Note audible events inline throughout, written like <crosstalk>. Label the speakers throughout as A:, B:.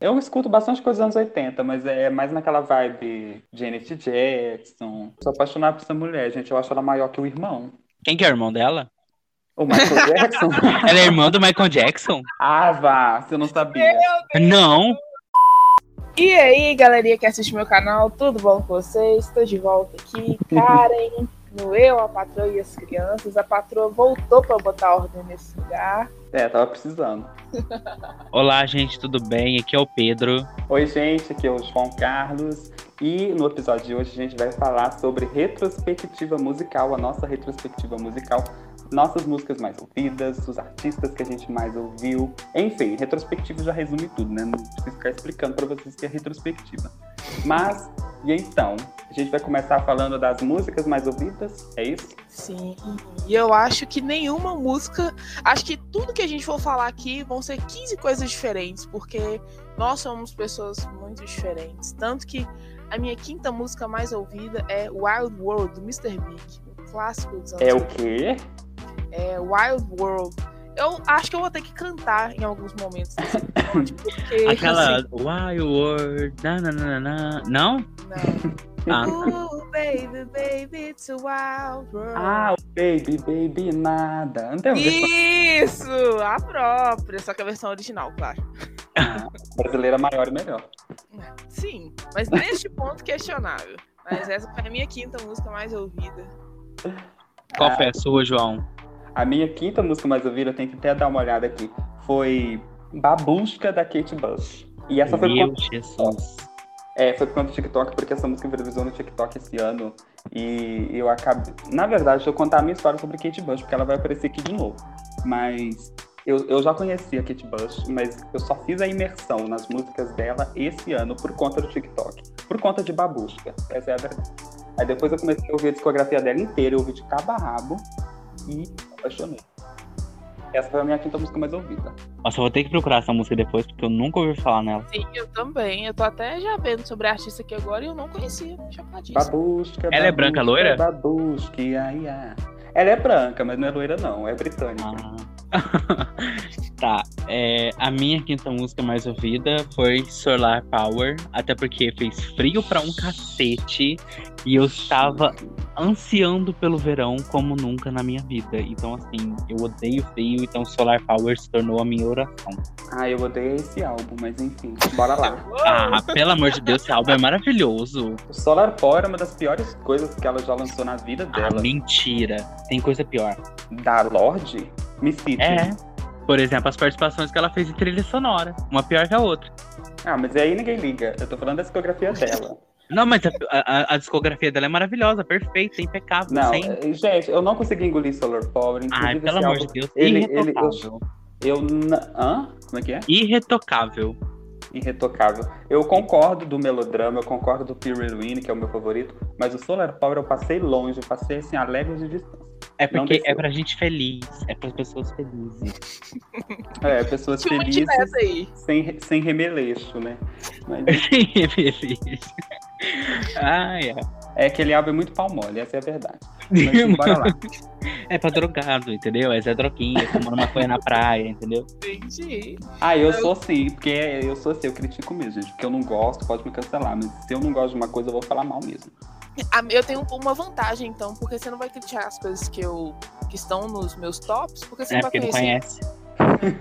A: Eu escuto bastante coisa dos anos 80, mas é mais naquela vibe Janet Jackson. Sou apaixonado por essa mulher, gente. Eu acho ela maior que o irmão.
B: Quem que é o irmão dela?
A: O Michael Jackson?
B: Ela é irmã do Michael Jackson?
A: ah, vá, você não sabia.
C: É.
B: Não.
C: E aí, galerinha que assiste meu canal, tudo bom com vocês? Estou de volta aqui, Karen, no Eu, a Patroa e as Crianças. A Patroa voltou para botar ordem nesse lugar.
A: É, tava precisando.
B: Olá, gente, tudo bem? Aqui é o Pedro.
A: Oi, gente, aqui é o João Carlos. E no episódio de hoje a gente vai falar sobre retrospectiva musical, a nossa retrospectiva musical, nossas músicas mais ouvidas, os artistas que a gente mais ouviu. Enfim, retrospectiva já resume tudo, né? Não preciso ficar explicando para vocês que é retrospectiva. Mas, e então? A gente vai começar falando das músicas mais ouvidas, é isso?
C: Sim. E eu acho que nenhuma música. Acho que tudo que a gente for falar aqui vão ser 15 coisas diferentes, porque nós somos pessoas muito diferentes. Tanto que a minha quinta música mais ouvida é Wild World, do Mr. Big, um clássico dos anos
A: É o quê?
C: é Wild World. Eu acho que eu vou ter que cantar em alguns momentos. desse
B: <laughs>
C: episódio, porque,
B: Aquela
C: assim,
B: Wild World. nananana. Não?
C: assim, não.
B: Ah,
C: Ooh, baby, baby, it's a wild world.
A: Ah, o Baby, Baby Nada. Então, Não tem a versão
C: Isso! A própria. Só que a versão original, claro.
A: <laughs> brasileira maior e melhor.
C: Sim, mas <laughs> neste ponto questionável. Mas essa foi a minha quinta música mais ouvida.
B: qual foi a sua, João?
A: A minha quinta música mais ouvida, eu tenho que até dar uma olhada aqui, foi Babusca da Kate Bush. E essa foi
B: Meu
A: por,
B: Jesus.
A: é, foi por conta do TikTok, porque essa música viralizou no TikTok esse ano. E eu acabei. Na verdade, deixa eu contar a minha história sobre Kate Bush, porque ela vai aparecer aqui de novo. Mas eu, eu já conhecia Kate Bush, mas eu só fiz a imersão nas músicas dela esse ano por conta do TikTok. Por conta de Babusca. Essa é a verdade. Aí depois eu comecei a ouvir a discografia dela inteira, eu ouvi de cabo a rabo e apaixonei. Essa foi a minha quinta música mais ouvida.
B: Nossa, eu vou ter que procurar essa música depois, porque eu nunca ouvi falar nela.
C: Sim, eu também. Eu tô até já vendo sobre a artista aqui agora e eu não conhecia. Chocadíssimo.
A: Babusca.
B: Ela é branca, loira?
A: Babusca, ai, ai. Ela é branca, mas não é loira, não. É britânica.
B: Ah. <laughs> tá. é, a minha quinta música mais ouvida foi Solar Power. Até porque fez frio pra um cacete. E eu estava ansiando pelo verão como nunca na minha vida. Então, assim, eu odeio frio, então Solar Power se tornou a minha oração.
A: Ah, eu odeio esse álbum, mas enfim. Bora lá.
B: Ah, pelo amor de Deus, esse álbum é maravilhoso.
A: O Solar Power é uma das piores coisas que ela já lançou na vida
B: Ah,
A: dela.
B: mentira. Tem coisa pior.
A: da Lorde? Me cite.
B: É. Por exemplo, as participações que ela fez em trilha sonora. Uma pior que a outra.
A: Ah, mas aí ninguém liga. Eu tô falando da discografia dela.
B: Não, mas a, a- a discografia dela é maravilhosa, perfeita, impecável.
A: Não,
B: sem...
A: eh, gente, eu não consegui engolir Solar Power.
B: Ai,
A: Inclusive,
B: pelo
A: esse
B: amor
A: álbum,
B: de Deus.
A: ele- ele-
B: irretocável.
A: eu. na- Hã? Como é que é?
B: Irretocável.
A: irretocável. Eu concordo do melodrama, eu concordo do Period Win, que é o meu favorito, mas o Solar Power eu passei longe, eu passei assim, a léguas de distância.
B: É
A: Não
B: porque é
A: desceu.
B: pra gente feliz. É pras pessoas felizes. <laughs>
A: É, pessoas
C: Chute
A: felizes
C: nessa aí.
A: sem, re- sem remeleixo, né? Mas
B: Sim, é feliz. Ai, é.
A: é aquele álbum é muito palmole, essa é a verdade. Mas bora lá.
B: É pra drogado, entendeu? Essa é droguinha, fumando maconha na praia, entendeu?
C: Entendi.
A: Ah, eu sou assim, porque eu sou assim, eu critico mesmo, gente. Porque eu não gosto, pode me cancelar, mas se eu não gosto de uma coisa, eu vou falar mal mesmo.
C: A- Eu tenho uma vantagem, então, porque você não vai criticar as coisas que eu que estão nos meus tops, porque você
B: É
C: não vai
B: porque não
C: conhecer.
B: conhece.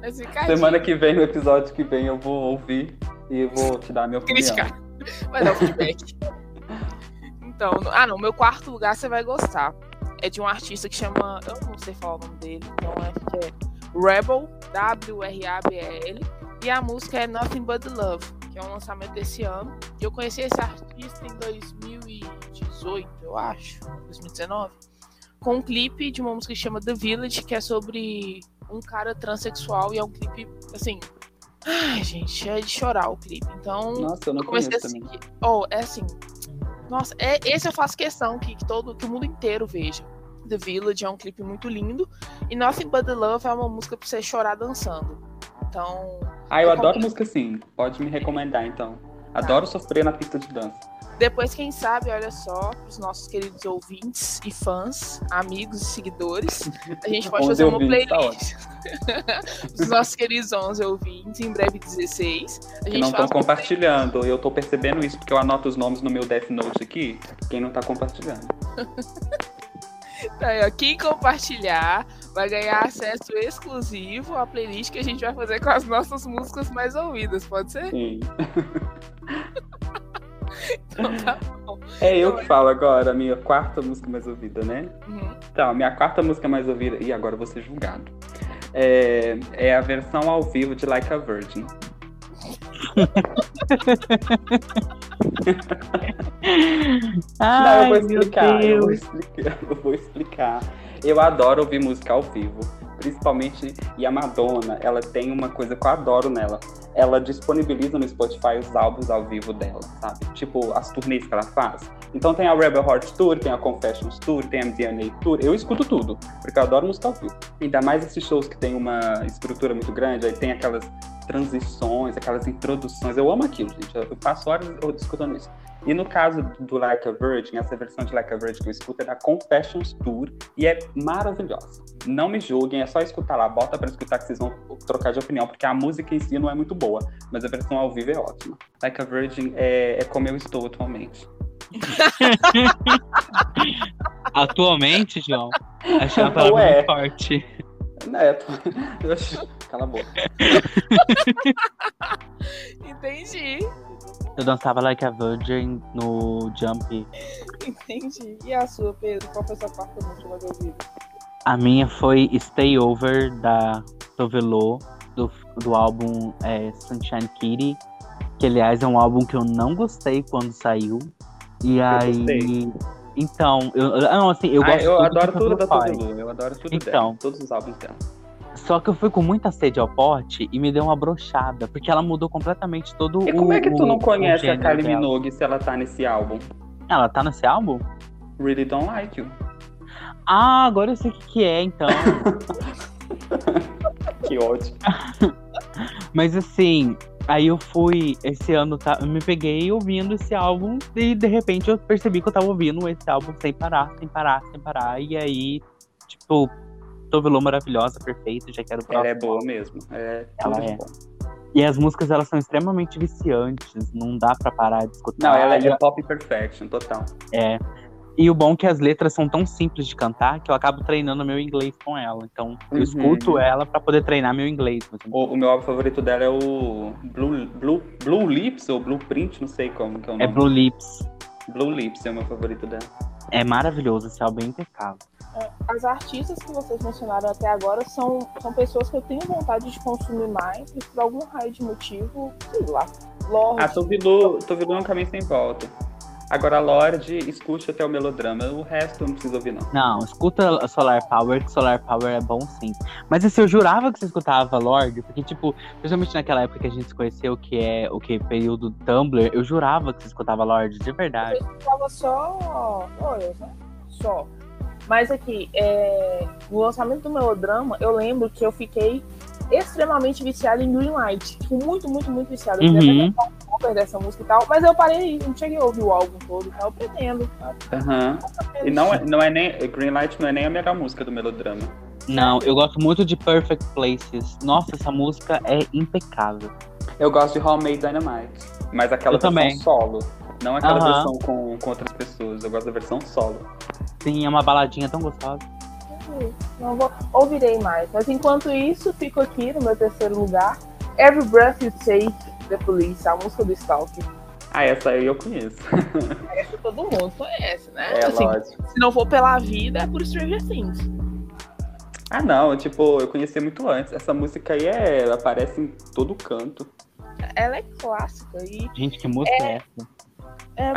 C: Mas fica a
A: Semana
C: dica.
A: que vem, no episódio que vem, eu vou ouvir e vou te dar a minha opinião.
C: criticar. Vai dar o feedback. então, no- ah não, meu quarto lugar você vai gostar. É de um artista que chama. Eu não sei falar o nome dele, então acho que é Rebel, W-R-A-B-E-L. E a música é Nothing But Love, que é um lançamento desse ano. E eu conheci esse artista em 2018, eu acho, 2019, com um clipe de uma música que chama The Village, que é sobre um cara transexual e é um clipe, assim. Ai, gente, é de chorar o clipe. Então,
A: Nossa, eu não
C: eu comecei a
A: conheço também.
C: seguir. Oh, é assim. Nossa, é, esse eu faço questão que, que todo, que o mundo inteiro veja. The Village é um clipe muito lindo. E Nothing But the Love é uma música pra você chorar dançando. Então,
A: Ah, eu
C: Eu
A: adoro
C: concordo. Tá.
A: música assim. Pode me recomendar, então. Adoro sofrer na pista de dança.
C: Depois, quem sabe, olha só, os nossos queridos ouvintes e fãs, amigos e seguidores, a
A: <laughs>
C: gente pode
A: 11
C: fazer uma
A: ouvintes, tá
C: playlist. <laughs> os nossos queridos 11 ouvintes, em breve 16. A
A: Que
C: gente
A: não estão
C: faz uma
A: compartilhando. Eu tô percebendo isso porque eu anoto os nomes no meu Death Note aqui. Quem não tá compartilhando.
C: Tá aí, ó. Quem compartilhar vai ganhar acesso exclusivo à playlist que a gente vai fazer com as nossas músicas mais ouvidas, pode <laughs> ser?
A: Sim.
C: Então tá bom.
A: É eu que falo agora, a minha quarta música mais ouvida, né?
C: Uhum.
A: Então, minha quarta música mais ouvida, e agora eu vou ser julgado. É, é a versão ao vivo de Like a Virgin.
B: Ai,
A: não, eu vou
B: meu
A: explicar, eu vou
B: Deus.
A: explicar, <laughs> eu vou explicar. Eu adoro ouvir música ao vivo, principalmente e a Madonna, ela tem uma coisa que eu adoro nela. Ela disponibiliza no Spotify os álbuns ao vivo dela, sabe? Tipo as turnês que ela faz. Então tem a Rebel Heart Tour, tem a Confessions Tour, tem a MDNA Tour. Eu escuto tudo, porque eu adoro música ao vivo. Ainda mais esses shows que tem uma estrutura muito grande, aí tem aquelas transições, aquelas introduções. Eu amo aquilo, gente. Eu eu passo horas escutando isso. E no caso do Like a Virgin, essa versão de Like a Virgin que eu escuto é da Confessions Tour e é maravilhosa. Não me julguem, é só escutar lá, bota pra escutar que vocês vão trocar de opinião, porque a música em si não é muito boa, mas a versão ao vivo é ótima. Like a Virgin é, é como eu estou atualmente.
B: Atualmente, João,
A: <laughs>
B: achei uma palavra
A: Ué.
B: muito forte.
A: É, tô... <laughs> Cala a boca.
C: Entendi,
B: Eu dançava Like a Virgin no Jump.
C: entendi. E a sua, Pedro? Qual foi a sua quarta música mais ouvida?
B: A minha foi Stay Over da Tovelo, do, do álbum é, Sunshine Kitty, que aliás é um álbum que eu não gostei quando saiu. E aí.
A: gostei.
B: Então, eu, eu- não, assim, eu
A: Ah,
B: gosto
A: eu
B: muito
A: adoro
B: do
A: tudo da
B: Tableau Fire.
A: Tudo, eu adoro tudo
B: Então.
A: dela, todos os álbuns dela.
B: Só que eu fui com muita sede ao pote e me deu uma brochada, porque ela mudou completamente todo o.
A: E como é que tu
B: o-
A: não
B: o
A: conhece a
B: gênero
A: Kylie
B: dela.
A: Minogue se ela tá nesse álbum?
B: Ela tá nesse álbum?
A: Really Don't Like You.
B: Ah, agora eu sei o que, que é, então.
A: Que ótimo.
B: Mas assim, aí eu fui, esse ano tá, eu me peguei ouvindo esse álbum e de repente eu percebi que eu tava ouvindo esse álbum sem parar, sem parar, sem parar. E aí, tipo, Tovelô maravilhosa, perfeita, já quero o
A: Ela é
B: próximo.
A: boa mesmo. É
B: Ela
A: tudo de
B: é.
A: bom.
B: E as músicas elas são extremamente viciantes, não dá pra parar de escutar.
A: Não, ela é pop perfection, total.
B: é. E o bom é que as letras são tão simples de cantar que eu acabo treinando meu inglês com ela. Então, eu
A: Uhum.
B: escuto ela pra poder treinar meu inglês. mas-
A: O, o meu álbum favorito dela é o Blue, Blue, Blue Lips ou Blueprint, não sei como que é o nome.
B: É Blue Lips.
A: Blue Lips é o meu favorito dela.
B: É maravilhoso, esse álbum é impecável.
C: As artistas que vocês mencionaram até agora são, são pessoas que eu tenho vontade de consumir mais, mas por algum raio de motivo, sei lá. Lorde,
A: Ah, tô Vilu é um caminho sem volta. Agora, a Lorde, escute até o melodrama. O resto eu não preciso ouvir, não.
B: Não, escuta Solar Power, que Solar Power é bom sim. Mas assim, eu jurava que você escutava Lorde, porque, tipo, principalmente naquela época que a gente se conheceu, que é o que? Período Tumblr, eu jurava que você escutava Lorde, de verdade.
C: tava só olha, né? Só. Mas aqui, é, no lançamento do melodrama, eu lembro que eu fiquei extremamente viciada em Greenlight. Tipo, muito, muito, muito viciada. Eu queria
B: Uhum.
C: até cantar um cover dessa música e tal, mas eu parei aí, não cheguei a ouvir o álbum todo e tal. Eu pretendo. tá?
A: Aham. E não é, não é nem. Greenlight não é nem a melhor música do melodrama.
B: Não, eu gosto muito de Perfect Places. Nossa, essa música é impecável.
A: Eu gosto de Homemade Dynamite. Mas aquela
B: Eu
A: versão
B: também.
A: solo. Não aquela
B: Aham.
A: versão com, com outras pessoas. Eu gosto da versão solo.
B: Sim, é uma baladinha tão gostosa.
C: Não vou, ouvirei mais. Mas enquanto isso, fico aqui no meu terceiro lugar. Every Breath You Take, The Police, a música do Stalker.
A: Ah, essa aí eu conheço.
C: Essa todo mundo conhece, né?
A: É,
C: Assim,
A: lógico.
C: se não for pela vida, é por Stranger Things.
A: Ah, não, tipo, eu conhecia muito antes. Essa música aí é, ela aparece em todo canto.
C: Ela é clássica e
B: Gente, que música é, essa?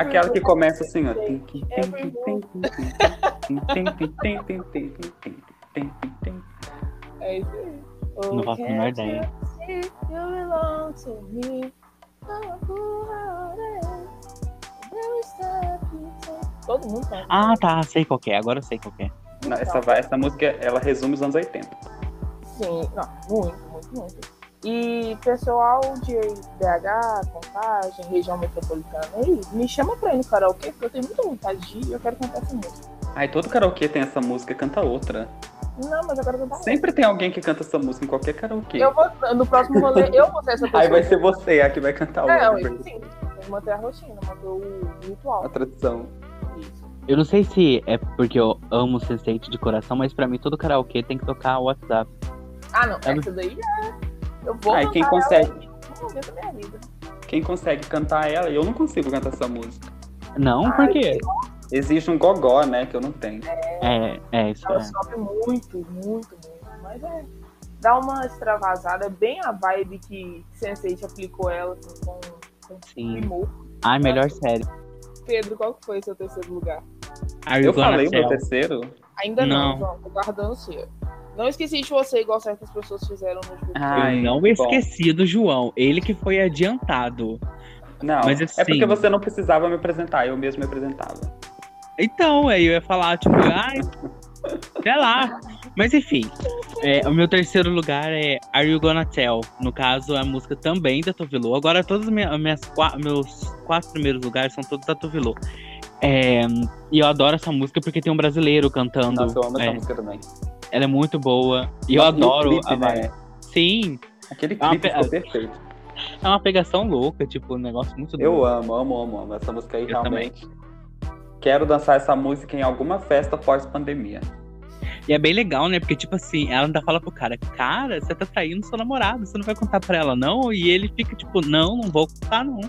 A: Aquela que começa assim, ó.
C: É isso aí.
B: Não faço a menor ideia.
C: é Todo mundo conhece.
B: Ah, tá, sei qual que é, agora eu sei qual que é.
A: Não,
C: Então.
A: essa, vai- essa música, ela resume os anos 80.
C: Sim, não, muito, muito, muito. E pessoal de BH, Contagem, região metropolitana aí, me chama pra ir no karaokê, porque eu tenho muita vontade de ir e eu quero cantar essa música.
A: Ai, todo karaokê tem essa música, canta outra.
C: Não, mas eu quero cantar outra.
A: Sempre tem alguém que canta essa música em qualquer karaokê.
C: Tá. Eu vou, no próximo rolê, eu vou ser essa pessoa.
A: Aí vai ser você a que vai cantar
C: É,
A: outra.
C: eu,
A: porque-
C: sim, tem que manter a rotina, manter o
A: A
C: ritual.
A: tradição.
C: Isso.
B: Eu não sei se é porque eu amo Sense8 de coração, mas pra mim todo karaokê tem que tocar WhatsApp.
C: Ah, não,
B: Ela-
C: essa daí é. Eu vou
A: Ai,
C: cantar
A: Ah, quem
C: ela
A: consegue?
C: em um momento da minha vida.
A: Quem consegue cantar ela, eu não consigo cantar essa música.
B: Não, por quê?
A: Existe um gogó, né, que eu não tenho.
B: É, é isso.
C: Ela
B: É.
C: sobe muito, muito, muito. Mas é. Dá uma extravasada, é bem a vibe que Sensei aplicou ela assim, com, com
B: Sim.
C: primor.
B: Ai, melhor série.
C: Pedro, qual que foi o seu terceiro lugar?
B: Are you
A: Eu
B: gonna
A: falei o meu
B: tell?
A: terceiro?
C: Ainda não,
B: Não.
C: João, tô guardando o seu. Não esqueci de você, igual certas pessoas fizeram no último
A: Ah,
B: Eu
A: Ai,
B: não
A: bom.
B: esqueci do João. Ele que foi adiantado.
A: Não,
B: Mas assim-
A: é porque você não precisava me apresentar, eu mesmo me apresentava.
B: Então, aí eu ia falar, tipo, ai, sei lá. Mas enfim, é, o meu terceiro lugar é Are You Gonna Tell? No caso, é a música também da Tovilô. Agora, todos os minha- minhas qua- meus quatro primeiros lugares são todos da Tovilô. É, e eu adoro essa música porque tem um brasileiro cantando.
A: Nossa, eu amo
B: É,
A: essa música também.
B: ela é muito boa. E eu
A: Nossa, no
B: adoro
A: clipe,
B: a
A: né?
B: vibe. Sim,
A: Aquele
B: É uma
A: clipe
B: pe-
A: ficou perfeito.
B: é uma pegação louca, tipo, um negócio muito doido.
A: Eu amo, amo, amo, amo. Essa música aí
B: Eu
A: realmente. Quero dançar essa música em alguma festa pós-pandemia.
B: E é bem legal, né? Porque, tipo assim, ela ainda fala pro cara, cara, você tá traindo seu namorado, você não vai contar pra ela, não? E ele fica, tipo, não, não vou contar, não.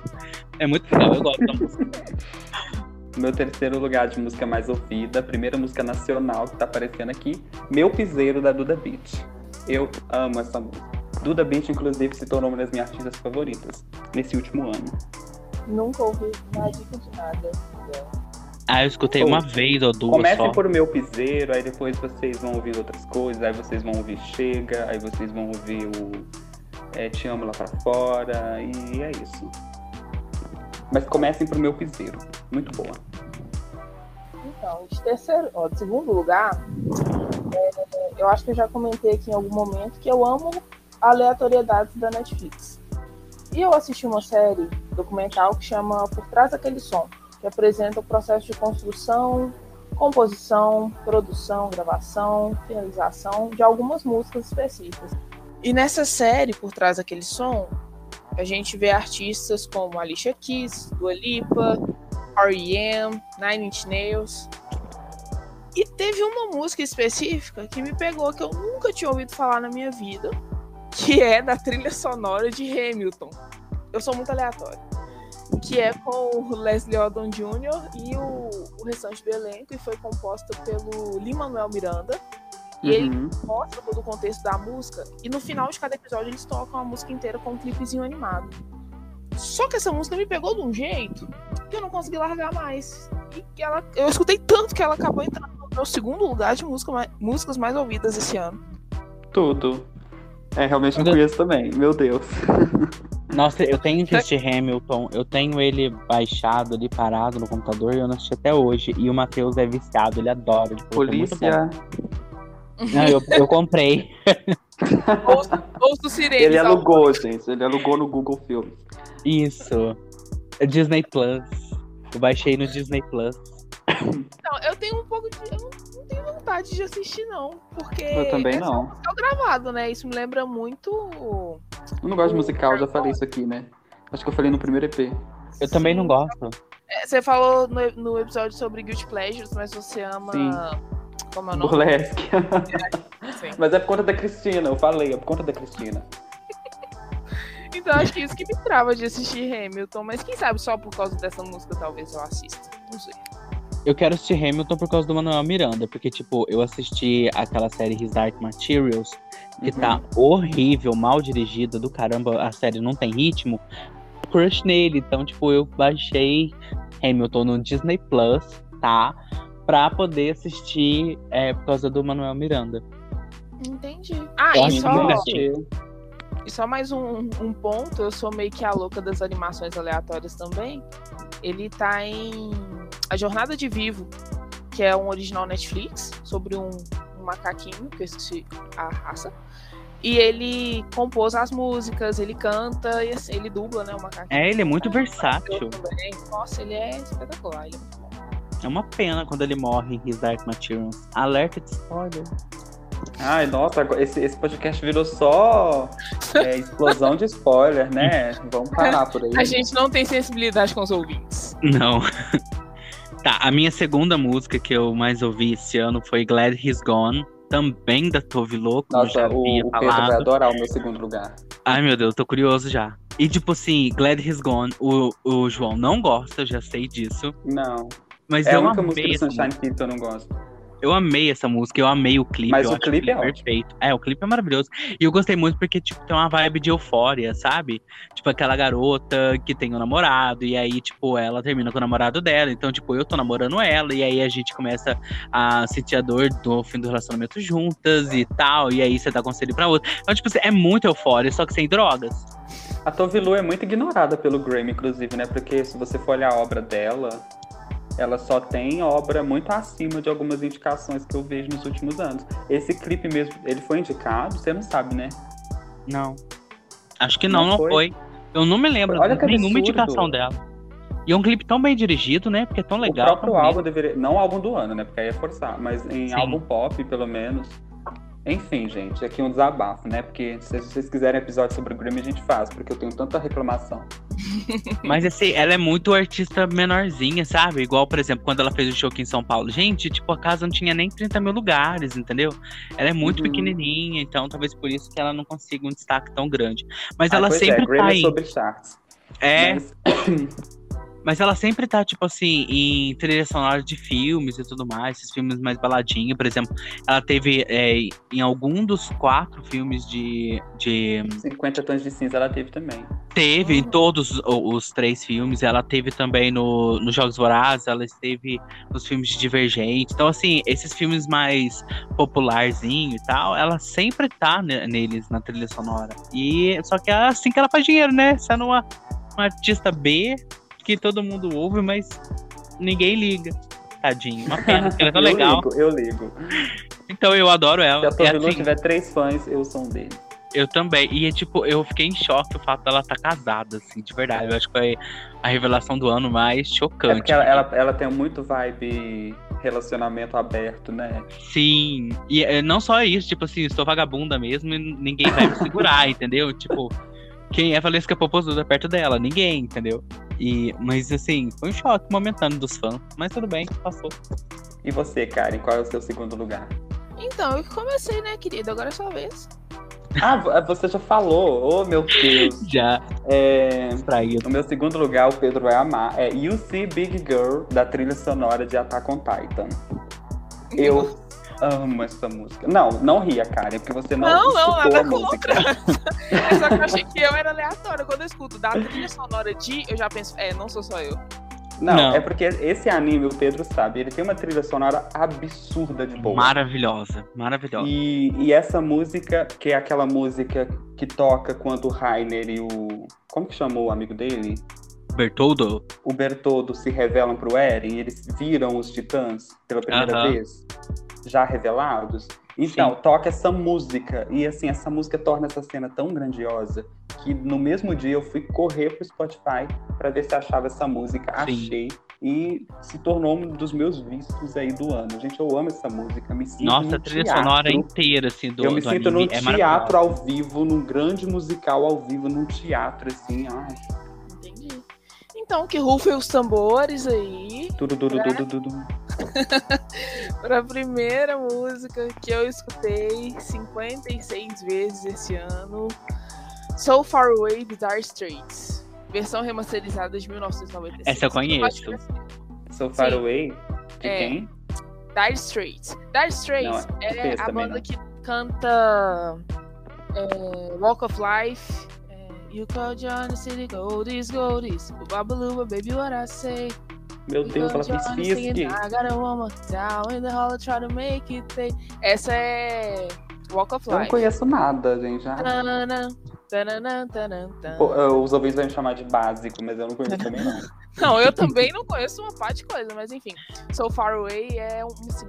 B: É muito legal, eu gosto da música.
A: Meu terceiro lugar de música mais ouvida, primeira música nacional que tá aparecendo aqui, Meu Piseiro da Duda Beat. Eu amo essa música. Duda Beat, inclusive, se tornou uma das minhas artistas favoritas nesse último ano.
C: Nunca ouvi nada de nada. dela.
B: Ah, eu escutei
A: Pô,
B: uma vez ou duas
A: Comece
B: só.
A: por Meu Piseiro, aí depois vocês vão ouvir outras coisas, aí vocês vão ouvir Chega, aí vocês vão ouvir o é, Te Amo Lá Pra Fora, e é isso. Mas comecem por Meu Piseiro, muito boa.
C: Então, de terceiro, ó, de segundo lugar, é, eu acho que eu já comentei aqui em algum momento que eu amo aleatoriedades da Netflix. E eu assisti uma série documental que chama Por Trás daquele Som, que apresenta o processo de construção, composição, produção, gravação, finalização de algumas músicas específicas. E nessa série, Por Trás daquele Som, a gente vê artistas como Alicia Keys, Dua Lipa, R.E.M., Nine Inch Nails. E teve uma música específica que me pegou, que eu nunca tinha ouvido falar na minha vida, que é da trilha sonora de Hamilton. Eu sou muito aleatório. Que é com o Leslie Odom Jr. e o, o restante do elenco, e foi composta pelo Lin-Manuel Miranda. E ele
A: Uhum.
C: mostra todo o contexto da música e no final de cada episódio eles tocam a música inteira com um clipezinho animado. Só que essa música me pegou de um jeito que eu não consegui largar mais. E que ela, eu escutei tanto que ela acabou entrando no meu segundo lugar de música mais- músicas mais ouvidas esse ano.
A: Tudo. É, realmente não
B: Mas-
A: conheço também, meu Deus.
B: Nossa, eu tenho que assistir Hamilton, eu tenho ele baixado ali, parado no computador, e eu não assisti até hoje. E o Matheus é viciado, ele adora. Ele falou que é muito bom.
A: Polícia,
B: Não, eu, eu comprei.
C: Ouço, ouço Sirene.
A: ele
C: sabe?
A: alugou, gente, ele alugou no Google Filmes.
B: Isso. É Disney Plus. Eu baixei no Disney Plus.
C: Não, eu tenho um pouco de. Eu não- não tenho vontade de assistir, não. Porque.
A: Eu também
C: é só
A: não.
C: musical gravado, né? Isso me lembra muito.
A: Eu não gosto de musical, já falei isso aqui, né? Acho que eu falei no primeiro EP.
B: Eu também não
C: Sim.
B: gosto.
C: É, Você falou no, no episódio sobre Guilty Pleasures, mas você ama.
A: Sim.
C: Como é o nome?
A: Burlesque.
C: Sim.
A: <laughs> Mas é por conta da Cristina, eu falei, é por conta da Cristina.
C: Então acho que isso que me trava de assistir Hamilton, mas quem sabe só por causa dessa música talvez eu assista. Não sei.
B: Eu quero assistir Hamilton por causa do Manuel Miranda, porque, tipo, eu assisti aquela série His Dark Materials, que tá horrível, mal dirigida, do caramba, a série não tem ritmo. Crush nele, então, tipo, eu baixei Hamilton no Disney Plus, tá? Pra poder assistir é, por causa do Manuel Miranda.
C: Entendi. Ah,
B: Eu
C: e
B: acho
C: só,
B: que não.
C: e só mais um, um ponto, eu sou meio que a louca das animações aleatórias também. Ele tá em A Jornada de Vivo, que é um original Netflix, sobre um, um macaquinho, que eu esqueci a raça. E ele compôs as músicas, ele canta e assim, ele dubla, né? O macaquinho.
B: É, ele é muito
C: Eu
B: versátil.
C: também. Nossa, ele é espetacular. Ele é muito bom.
B: É uma pena quando ele morre em His Dark Materials. Alerta de spoiler.
A: Ai, nossa, agora- esse, esse podcast virou só é,
C: <laughs>
A: explosão de spoiler, né? Vamos parar por aí.
C: A gente não tem sensibilidade com os ouvintes.
B: Não. tá, a minha segunda música que eu mais ouvi esse ano foi Glad He's Gone. Também da Tove Louco, como eu já
A: Nossa, o,
B: havia
A: o Pedro vai
B: falado.
A: adorar o meu segundo lugar.
B: Ai, meu Deus, tô curioso já. E, tipo assim, Glad He's Gone, o, o João não gosta, eu já sei disso.
A: Não.
B: Mas
A: É a
B: eu
A: única
B: amei
A: música do
B: essa
A: Sunshine Kids que eu não gosto.
B: Eu amei essa música, eu amei o clipe.
A: Mas
B: eu
A: o
B: acho
A: clipe
B: ele
A: é ótimo.
B: perfeito. É, o clipe é maravilhoso. E eu gostei muito porque, tipo, tem uma vibe de euforia, sabe? Tipo, aquela garota que tem um namorado, e aí, tipo, ela termina com o namorado dela. Então, tipo, eu tô namorando ela, e aí a gente começa a sentir a dor do fim do relacionamento juntas e tal. E aí você dá conselho pra outra. Então, tipo, assim, é muito eufória, só que sem drogas.
A: A Tove Lu é muito ignorada pelo Grammy, inclusive, né? Porque se você for olhar a obra dela, ela só tem obra muito acima de algumas indicações que eu vejo nos últimos anos. Esse clipe mesmo, ele foi indicado? Você não sabe, né?
B: Não. Acho que não,
A: Não
B: não,
A: foi?
B: foi. Eu não me lembro
A: Olha
B: de
A: que
B: nenhuma
A: absurdo.
B: indicação dela. E é um clipe tão bem dirigido, né? Porque é tão legal.
A: o próprio
B: tão bonito.
A: álbum deveria. Não álbum do ano, né? Porque aí é forçar, mas em
B: Sim.
A: álbum pop, pelo menos. Enfim, gente, aqui um desabafo, né? Porque se vocês quiserem episódio sobre o Grammy, a gente faz, porque eu tenho tanta reclamação.
B: Mas assim, ela é muito artista menorzinha, sabe? Igual, por exemplo, quando ela fez o show aqui em São Paulo. Gente, tipo, a casa não tinha nem 30 mil lugares, entendeu? Ela é muito
A: Uhum.
B: pequenininha, então talvez por isso que ela não consiga um destaque tão grande. Mas
A: Ah,
B: ela
A: pois
B: sempre
A: é,
B: tá
A: Grammy é
B: em...
A: sobre charts. né,
B: É,
A: Mas
B: mas ela sempre tá, tipo assim, em trilha sonora de filmes e tudo mais. Esses filmes mais baladinhos, por exemplo. Ela teve é, em algum dos quatro filmes de- de
A: 50 tons de cinza ela teve também.
B: Teve em
C: Hum.
B: todos o- os três filmes. Ela teve também no, nos Jogos Vorazes, ela esteve nos filmes de Divergente. Então, assim, esses filmes mais popularzinho e tal, ela sempre tá ne- neles, na trilha sonora. E só que é assim que ela faz dinheiro, né? Sendo uma, uma artista B que todo mundo ouve, mas ninguém liga. Tadinho, uma pena, porque ela é tão
A: <laughs> eu
B: legal.
A: ligo, eu ligo.
B: Então eu adoro
A: Se
B: ela.
A: a Tove
B: E,
A: Lu
B: assim,
A: tiver três fãs, eu sou um deles.
B: eu também. E, tipo, eu fiquei em choque o fato dela estar casada, assim, de verdade. Eu acho que foi a revelação do ano mais
A: É
B: chocante.
A: porque ela, ela, ela tem muito vibe relacionamento aberto, né?
B: Sim. E é, não só isso, tipo assim, estou vagabunda mesmo e ninguém vai me
A: <laughs>
B: segurar, entendeu? Tipo, quem é Valesca Popozuda perto dela? Ninguém, entendeu? E, mas, assim, foi um choque momentâneo dos fãs. Mas tudo bem, passou.
A: E você, Karen, qual é o seu segundo lugar?
C: Então, eu que comecei, né, querido? Agora é sua vez.
A: Ah, vo- você já falou. Oh, meu Deus.
B: Já
A: É,
B: distraído.
A: o meu segundo lugar, o Pedro vai amar, é You See Big Girl, da trilha sonora de Attack on Titan. Eu amo essa música. Não, não ria, Karen, porque você não
C: Não, não,
A: escutou a
C: nada
A: música.
C: contra. É só que eu achei que eu era aleatória. Quando eu escuto da trilha sonora de, eu já penso, é, não sou só eu.
A: Não,
B: Não.
A: é porque esse anime, o Pedro sabe, ele tem uma trilha sonora absurda de boa.
B: Maravilhosa, maravilhosa.
A: E, e essa música, que é aquela música que toca quando o Rainer e o. Como que chamou o amigo dele?
B: Bertoldo,
A: O Bertoldo se revelam pro Eren, e eles viram os titãs pela primeira
B: Aham.
A: vez, já revelados. Então, toca essa música. E assim, essa música torna essa cena tão grandiosa que no mesmo dia eu fui correr pro Spotify pra ver se achava essa música.
B: Sim.
A: Achei. E se tornou um dos meus vícios aí do ano. Gente, eu amo essa música. Me sinto
B: nossa,
A: num
B: a trilha
A: teatro.
B: sonora inteira, assim, do,
A: eu me
B: do
A: sinto
B: anime
A: num
B: é maravilhosa.
A: teatro ao vivo, num grande musical ao vivo, num teatro, assim, ai.
C: Entendi. Então, que rufem os tambores aí.
A: Tudo, tudo, tudo, tudo.
C: Pra primeira música que eu escutei 56 vezes esse ano. So Far Away, The Dire Straits. Versão remasterizada de 1996.
B: Essa eu conheço.
C: Eu acho que
A: So Far
C: Sim.
A: Away, de
C: É.
A: quem?
C: Dire Straits. Dire Straits
A: Não, é
C: é
A: português
C: a
A: também,
C: banda
A: não.
C: que canta é, Walk of Life. é, You call Johnny City Goldies, Goldies. Babaluba, baby, what I say.
A: Meu
C: You
A: Deus,
C: call
A: ela
C: Johnny
A: fez
C: singing,
A: fisque.
C: I got a woman down in the holler, try to make it stay. Essa é Walk of
A: Eu não
C: Life.
A: conheço nada, gente. Ah,
C: Tanana, tanana, tanan, tan.
A: pô, ah, os ouvintes vão me chamar de básico, mas eu não conheço também, não.
C: <laughs> Não, eu também não conheço uma parte de coisa, mas enfim. So Far Away é um, assim,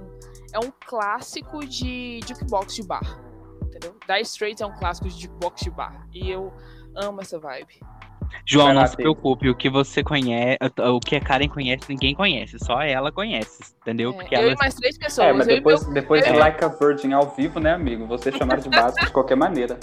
C: é um clássico de jukebox de bar. Entendeu? Dire Straits é um clássico de jukebox de bar. E eu amo essa vibe.
B: João,
A: Vai lá,
B: não se
A: Pedro.
B: preocupe, o que você conhece, o que a Karen conhece, ninguém conhece, só ela conhece, entendeu? Porque
C: É, eu
B: ela
C: e mais três pessoas.
A: É, mas
C: eu e
A: depois, depois de
B: eu-
A: Like a Virgin ao vivo, né, amigo? Você chamaram de básico de qualquer maneira.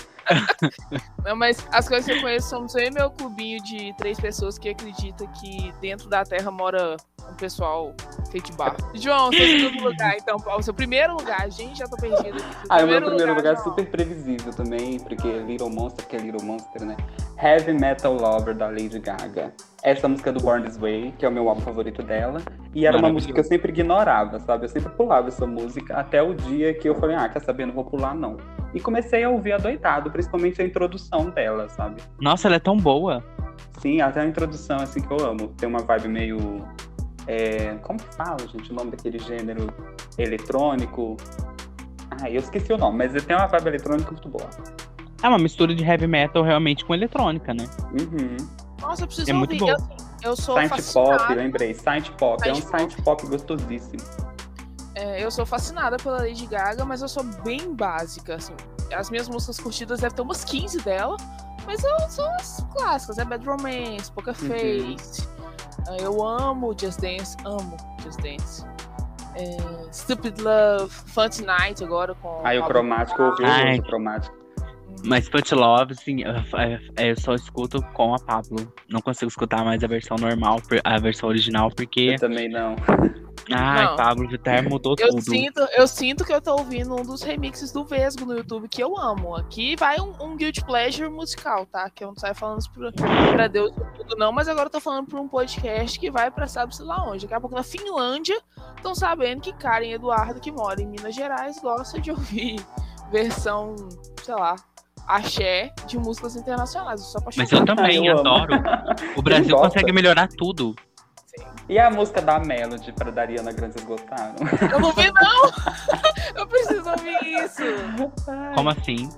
C: Não, mas as coisas que eu conheço somos eu e meu clubinho de três pessoas que acredita que dentro da Terra mora um pessoal feito de barro. João, seu segundo lugar, então, o seu primeiro lugar, gente, já tô perdido. aqui. Seu
A: Ah, o meu primeiro lugar é
C: João.
A: super previsível também, porque Little Monster, que é Little Monster, né? Heavy Metal Lover, da Lady Gaga. Essa música do Born This Way, que é o meu álbum favorito dela. E era uma
B: Maravilhoso.
A: música que eu sempre ignorava, sabe? Eu sempre pulava essa música, até o dia que eu falei, ah, quer saber, não vou pular não. E comecei a ouvir adoitado, principalmente a introdução dela, sabe?
B: Nossa, ela é tão boa.
A: Sim, até a introdução, assim, que eu amo. Tem uma vibe meio... é, Como que fala, gente, o nome daquele gênero eletrônico? Ah, eu esqueci o nome, mas ele tem uma vibe eletrônica muito boa.
B: É uma mistura de heavy metal realmente com eletrônica, né?
A: Uhum.
C: Nossa, eu preciso
B: É muito bom.
C: ouvir. Eu, assim, eu sou
A: Science Pop,
C: fascinada.
A: lembrei. Science Pop. é um
C: Synth pop.
A: Science Pop gostosíssimo.
C: é, eu sou fascinada pela Lady Gaga, mas eu sou bem básica, assim. As minhas músicas curtidas devem ter umas 15 dela, mas eu sou as clássicas, é Bad Romance, Poker
A: Uhum.
C: Face. É, Eu amo Just Dance, amo Just Dance. É, Stupid Love, Fun Night agora com.
A: Aí o cromático, eu ouvi
B: Ai.
A: hoje o cromático.
B: Mas Put Love, assim, eu, eu- eu só escuto com a Pablo. Não consigo escutar mais a versão normal, por- a versão original, porque.
A: Eu também não.
B: Ai,
C: Não.
B: Pablo Vittar mudou
C: Eu
B: tudo.
C: sinto, eu sinto que eu tô ouvindo um dos remixes do Vesgo no YouTube que eu amo. Aqui vai um, um guilty pleasure musical, tá? Que eu não saio falando isso pra, pra Deus e tudo, não, mas agora eu tô falando pra um podcast que vai pra sabe-se lá onde. Daqui a pouco na Finlândia estão sabendo que Karen Eduardo, que mora em Minas Gerais, gosta de ouvir versão, sei lá, axé de músicas internacionais. Eu sou
B: Mas
C: apaixonada.
B: eu
A: <laughs>
B: também
A: Eu amo.
B: adoro. O Brasil
A: gosta?
B: consegue melhorar tudo.
A: E a música da Melody pra Dariana Grande, vocês gostaram?
B: tá-
C: Eu não vi, não! <laughs> eu preciso ouvir isso!
B: Como assim?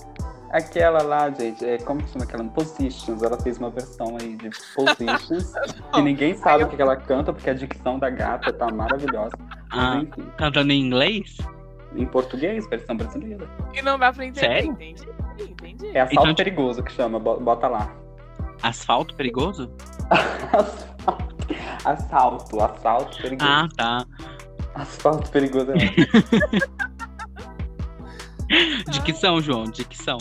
A: Aquela lá, gente, é, como que chama aquela? Positions. Ela fez uma versão aí de
C: <laughs>
A: Positions. que ninguém sabe o que que ela canta, porque a dicção da gata tá maravilhosa.
B: Ah,
A: Mas, enfim,
B: cantando em inglês?
A: em português, versão brasileira.
C: E não dá pra entender,
B: Sério?
C: entendi. Entendi.
A: É Assalto
B: Então, tipo-
A: Perigoso que chama, bo- bota lá. <laughs>
B: Asfalto perigoso?
A: Assalto, assalto perigoso.
B: Ah, tá.
A: Asfalto perigoso é ótimo.
B: <laughs> Dicção, João, dicção.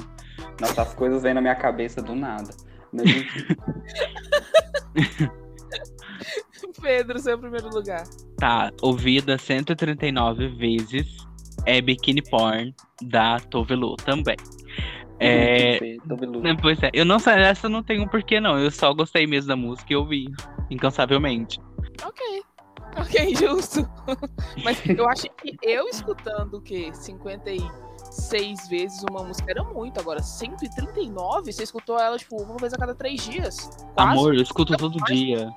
A: Nossa, as coisas vêm na minha cabeça do nada. Mas, enfim,
C: <laughs> Pedro, seu primeiro lugar.
B: Tá, ouvida 139 vezes. É Bikini Porn da Tovelu também. É.
A: tô beludo.
B: né, Pois é, eu não sei, essa não tem um porquê, não. Eu só gostei mesmo da música e ouvi. Incansavelmente.
C: Ok. Ok, <laughs> justo.
B: <laughs>
C: Mas eu acho que eu escutando o quê? 56 vezes uma música era muito. Agora, 139? Você escutou ela, tipo, uma vez a cada três dias? Quase.
B: Amor, eu escuto todo
C: Quase.
B: dia.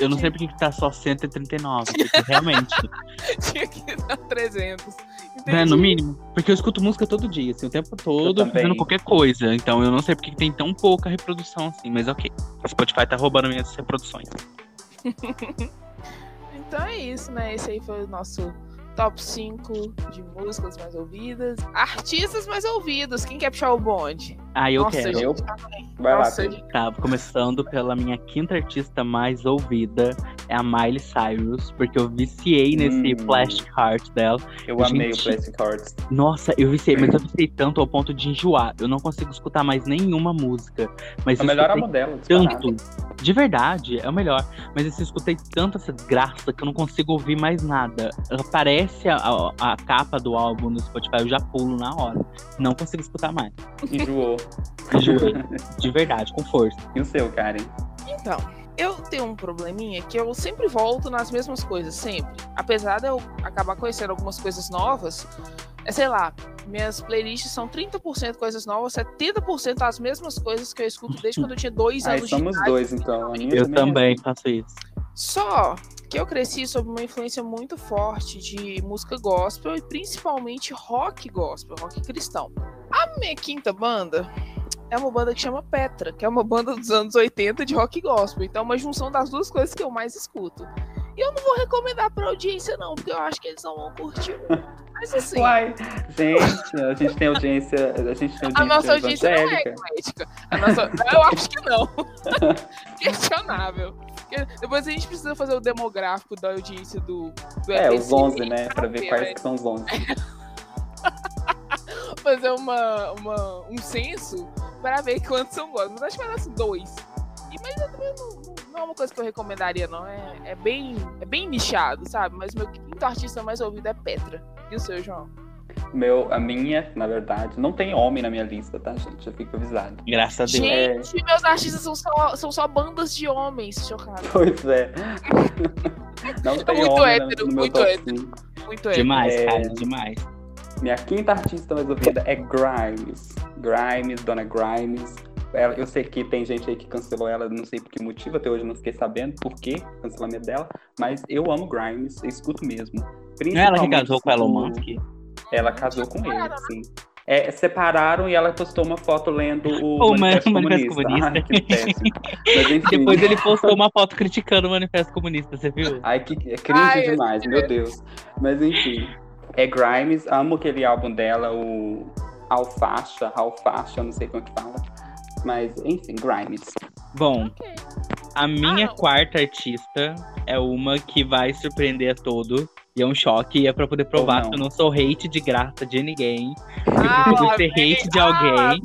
B: Eu não sei porque que tá só 139, porque realmente.
C: <laughs> Tinha que dar 300. Entendi.
B: Né, no mínimo. Porque eu escuto música todo dia, assim, o tempo todo,
A: Eu também.
B: fazendo qualquer coisa. Então eu não sei porque que tem tão pouca reprodução assim, mas ok. O Spotify tá roubando minhas reproduções.
C: Então é isso, né? Esse aí foi o nosso top 5 de músicas mais ouvidas. Artistas mais ouvidos. Quem quer puxar o bonde?
B: Ah, eu
C: Nossa,
B: quero.
C: gente.
A: Eu? Vai lá,
C: Nossa,
A: Pedro.
C: gente.
B: Tá, começando pela minha quinta artista mais ouvida, é a Miley Cyrus, porque eu viciei nesse
A: Hum.
B: plastic heart dela.
A: eu
B: Gente.
A: amei o Plastic Hearts.
B: Nossa, eu viciei, mas eu viciei tanto ao ponto de enjoar. Eu não consigo escutar mais nenhuma música. Mas
A: É o
B: eu
A: melhor
B: escutei
A: álbum dela, disparado.
B: tanto. De verdade, é o melhor. Mas assim, eu escutei tanto essa desgraça que eu não consigo ouvir mais nada. Aparece a, a- a capa do álbum no Spotify, eu já pulo na hora. Não consigo escutar mais.
A: Enjoou.
B: Enjoei. De verdade, com força.
A: E o seu, Karen?
C: Então, eu tenho um probleminha que eu sempre volto nas mesmas coisas, sempre. Apesar de eu acabar conhecendo algumas coisas novas, é, sei lá, minhas playlists são 30% coisas novas, 70% as mesmas coisas que eu escuto desde quando eu tinha dois
A: Aí
C: anos de
A: somos
C: idade.
A: dois, então. A minha
B: Eu também
A: é.
B: faço isso.
C: Só que eu cresci sob uma influência muito forte de música gospel e principalmente rock gospel, rock cristão. A minha quinta banda é uma banda que chama Petra, que é uma banda dos anos 80 de rock gospel. Então é uma junção das duas coisas que eu mais escuto. E eu não vou recomendar pra audiência, não, porque eu acho que eles não vão curtir. muito. Mas assim,
A: Uai, gente, a gente tem audiência, a gente tem audiência
C: a nossa audiência não é
A: evangélica.
C: eclética. A nossa- Eu acho que não. <laughs> Questionável. Porque Depois a gente precisa fazer o demográfico da audiência do, do
A: É,
C: EPC,
A: os 11, né? Pra ver
C: saber,
A: quais
C: né?
A: que são os 11.
C: fazer uma, uma- um censo para ver quantos são gols. Mas acho que vai dar assim, dois. E, mas eu também não, não- não é uma coisa que eu recomendaria, não. É, é, bem, é bem nichado, sabe? Mas meu quinto artista mais ouvido é Petra. E o seu, João?
A: Meu, a minha, na verdade, não tem homem na minha lista, tá, gente? Já fico avisado. <laughs>
B: Graças a Deus. é.
C: Gente, meus artistas são só, são só bandas de homens, chocado.
A: Pois
C: <laughs>
A: é. Não tem
C: Muito
A: homem na- no
C: hétero,
A: meu
C: muito
A: top
C: hétero.
A: cinco.
C: Muito é.
B: Demais,
A: É.
B: cara, demais.
A: Minha quinta artista mais ouvida é Grimes. Grimes, Dona Grimes. Ela- eu sei que tem gente aí que cancelou ela, não sei por que motivo, até hoje eu não fiquei sabendo por que o cancelamento dela, mas eu amo Grimes, eu escuto mesmo.
B: Não é ela que
A: Principalmente
B: casou com o Elon
A: do-
B: Musk?
A: Ela casou com ele,
C: Separaram,
A: sim. É, separaram e ela postou uma foto lendo o
B: O man-
A: Manifesto
B: o Manifesto
A: Comunista. Ai, que péssimo.
B: <laughs>
A: Mas enfim,
B: <laughs> Depois ele postou uma foto criticando o Manifesto Comunista, você viu?
A: ai, que é cringe
C: Ai, eu
A: demais, meu Deus. Mas enfim, é Grimes, amo aquele álbum dela, o Alfaixa, Alfaixa, eu não sei como é que fala. Mas, enfim, Grimes.
B: Bom,
C: Ok.
B: a minha
C: Ah, não.
B: quarta artista é uma que vai surpreender a todo. E é um choque, e é pra poder provar
A: não.
B: que eu não sou hate de graça de ninguém.
C: Ah,
B: Eu preciso
C: lá
B: ser
C: vem,
B: hate de
C: ah, lá
B: alguém.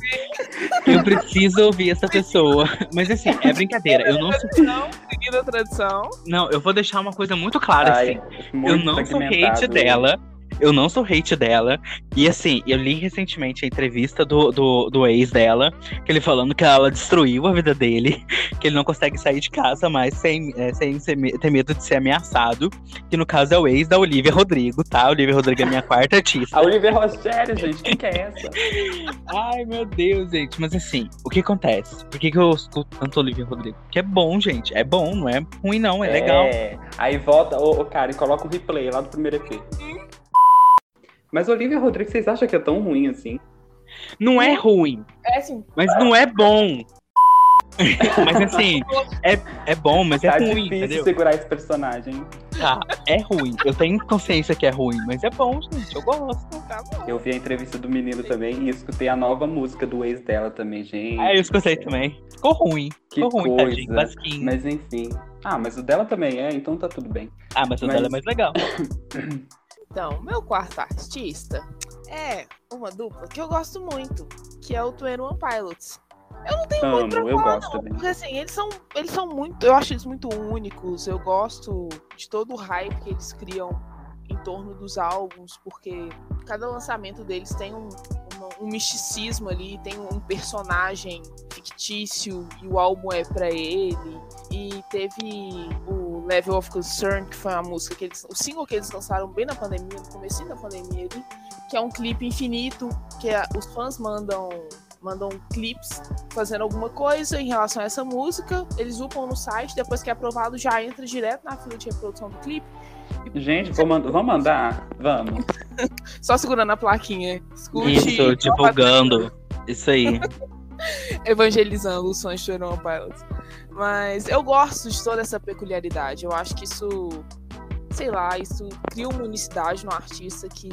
B: Eu preciso ouvir essa pessoa. Mas assim, é brincadeira.
C: <laughs>
B: Eu não sou.
C: Tradição, seguindo a tradição.
B: Não, eu vou deixar uma coisa muito clara,
A: Ai,
B: assim.
A: muito
B: Eu não sou hate
A: fragmentado.
B: dela. Eu não sou hate dela. E assim, eu li recentemente a entrevista do, do, do ex dela, que ele falando que ela destruiu a vida dele, <laughs> que ele não consegue sair de casa mais sem, eh, sem ser me- ter medo de ser ameaçado. Que no caso é o ex da Olivia Rodrigo, tá? A Olivia Rodrigo é minha quarta artista.
A: A Olivia Rogério, gente, o que, que é essa?
B: <laughs> Ai, meu Deus, gente. Mas assim, o que acontece? Por que, que eu escuto tanto Olivia Rodrigo? Porque é bom, gente. É bom, não é ruim, não. É, legal.
A: Aí volta, ô, ô, cara, e coloca o replay lá do primeiro EP. Mas Olivia Rodrigo, vocês acham que é tão ruim assim?
B: Não é ruim.
C: É assim,
B: Mas não é bom. mas assim, é, é bom, mas é
A: tá
B: ruim,
A: difícil
B: entendeu?
A: segurar esse personagem.
B: Tá, é ruim. Eu tenho consciência que é ruim, mas é bom, gente. Eu gosto.
C: tá bom.
A: Eu vi a entrevista do menino também e escutei a nova música do ex dela também, gente.
B: Ah, eu escutei também. Ficou ruim.
A: Que
B: Ficou ruim, tá,
A: coisa.
B: tadinho. Basquinho.
A: Mas enfim. Ah, mas o dela também é, então tá tudo bem.
B: Ah, mas o
A: mas-
B: dela é mais legal.
C: Então, meu quarto artista é uma dupla que eu gosto muito, que é o Twin One Pilots. Eu não tenho muito pra
A: Amo, eu
C: falar,
A: gosto
C: não,
A: também.
C: porque assim, eles são, eles são muito, eu acho eles muito únicos, eu gosto de todo o hype que eles criam em torno dos álbuns, porque cada lançamento deles tem um, uma- um misticismo ali, tem um personagem fictício e o álbum é pra ele. E teve o Level of Concern, que foi uma música que eles. O single que eles lançaram bem na pandemia, no comecinho da pandemia ali, que é um clipe infinito, que é- os fãs mandam mandam clipes fazendo alguma coisa em relação a essa música, eles upam no site, depois que é aprovado já entra direto na fila de reprodução do clipe,
A: Gente, vou mand- vamos mandar? Vamos.
C: só segurando a plaquinha. Escute,
B: Isso, divulgando. Isso aí.
C: evangelizando os fãs de Twenty One Pilots. Mas eu gosto de toda essa peculiaridade. Eu acho que isso, sei lá, isso cria uma unicidade no artista que,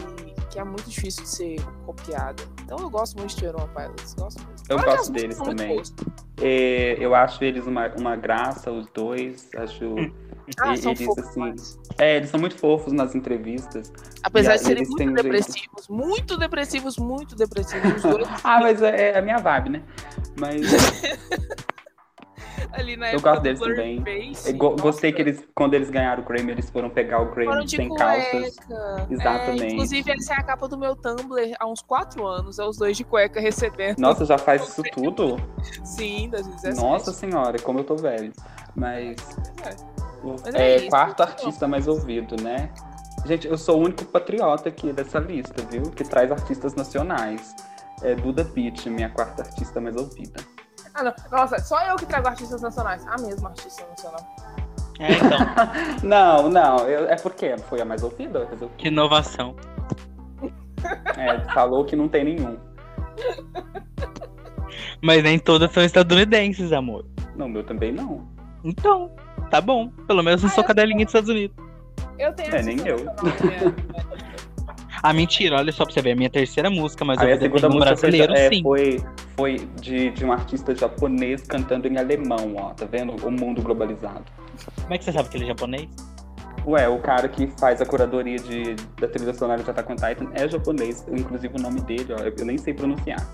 C: que é muito difícil de ser copiada. Então eu gosto muito de Twenty One Pilots. Gosto mesmo.
A: Eu
C: Fora que
A: gosto
C: as músicas
A: deles
C: são muito
A: também.
C: boas.
A: É, eu acho eles uma, uma graça, os dois.
B: <laughs>
A: Acho.
C: Ah,
A: e-
C: são
A: eles,
C: fofos
A: assim,
C: demais.
A: É, eles são muito fofos nas entrevistas.
C: Apesar
A: e
C: de serem
A: eles têm um jeito-
C: muito depressivos, muito depressivos, muito depressivos.
A: <laughs>
C: Os dois
A: Ah, mas é, é a minha vibe, né?
B: <laughs>
A: Mas.
C: ali na
A: eu
C: época
A: gosto
C: do
A: deles
C: Blurry
A: também.
C: Face,
A: Eu go-
C: nossa,
A: gostei que eles, quando eles ganharam o Grammy, eles foram pegar o Grammy
C: Foram de
A: sem calças.
C: cueca.
A: Exatamente.
C: É, inclusive, essa é a capa do meu Tumblr há uns 4 anos. É os dois de cueca recebendo.
A: Nossa, já faz isso tudo?
C: Sim, 2017.
A: Nossa senhora, como eu tô velho. Mas.
C: Mas assim é
A: é,
C: isso,
A: quarto
C: então.
A: artista mais ouvido, né? Gente, eu sou o único patriota aqui dessa lista, viu? Que traz artistas nacionais. É Duda Beat, minha quarta artista mais ouvida.
C: Ah, não. Nossa, só eu que trago artistas nacionais. A mesma artista nacional.
B: É, então,
A: Não, não, eu- é porque foi a mais ouvida. mas eu-
B: que inovação.
A: É, falou que não tem nenhum.
B: Mas nem todas são estadunidenses, amor.
A: Não, meu também não.
B: Então, tá bom. Pelo menos não sou cadelinha dos Estados Unidos.
C: Eu tenho
A: É,
C: essa
A: nem
C: também,
A: eu.
C: tá bom, né?
B: Ah, mentira, olha só pra você ver. É a minha terceira música, mas
A: Aí
B: eu
A: a segunda
B: tenho um
A: música foi,
B: brasileiro,
A: é,
B: sim.
A: foi, foi de, de um artista japonês cantando em alemão, ó. Tá vendo? O mundo globalizado.
B: Como é que você sabe que ele é japonês?
A: Ué, o cara que faz a curadoria de, da trilha sonora de Attack on Titan é japonês. Inclusive o nome dele, ó. Eu, eu nem sei pronunciar.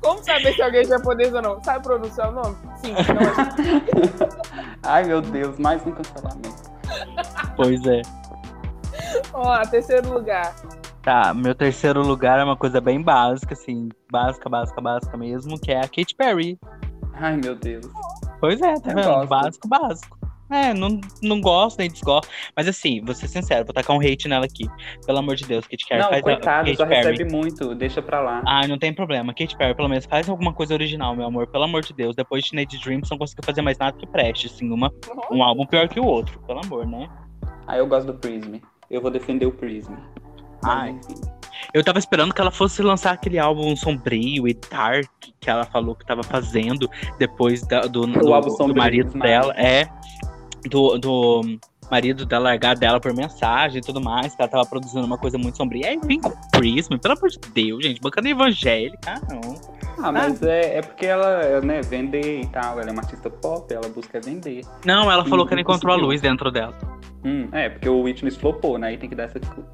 C: Como saber se alguém é japonês ou não? Sabe pronunciar o nome? Sim, não é.
A: Ai, meu Deus. Mais um cancelamento.
B: Pois é.
C: é.
A: <laughs>
C: Ó, lá, terceiro lugar.
B: Tá, meu terceiro lugar é uma coisa bem básica, assim. Básica, básica, básica mesmo, que é a Katy Perry.
A: Ai, meu Deus.
B: Pois é, tá
A: Eu
B: vendo?
A: gosto.
B: Básico, básico. É, não, não gosto nem desgosto. Mas assim, vou ser sincero, vou tacar um hate nela aqui. Pelo amor de Deus, Katy Perry.
A: Não,
B: faz a-
A: coitado.
B: Katy
A: Já
B: um Perry. Ah.
A: recebe muito. Deixa pra lá.
B: Ai, não tem problema. Katy Perry, pelo menos, faz alguma coisa original, meu amor. Pelo amor de Deus. Depois de Teenage Dream, você não conseguiu fazer mais nada que preste, assim. Uma, um álbum pior que o outro, pelo amor, né?
A: Aí eu gosto do Prism. Eu vou defender o Prism.
B: Ai.
A: Mas, enfim.
B: Eu tava esperando que ela fosse lançar aquele álbum sombrio e dark que ela falou que tava fazendo depois da- do, do,
A: álbum
B: do
A: sombrio, né?
B: marido
A: mas-
B: dela. É. Do, do marido da largar dela por mensagem e tudo mais, que ela tava produzindo uma coisa muito sombria. Aí vem com o Prism, pelo amor de Deus, gente. Bancada evangélica, ah, não.
A: Ah, mas é, é porque ela, né, vender e tal. Ela é uma artista pop, ela busca vender.
B: Não, ela falou
A: Hum,
B: que
A: não
B: ela encontrou a
A: conseguiu.
B: luz dentro dela.
A: Hum, é, porque o Witness flopou, né? Aí tem que dar essa desculpa.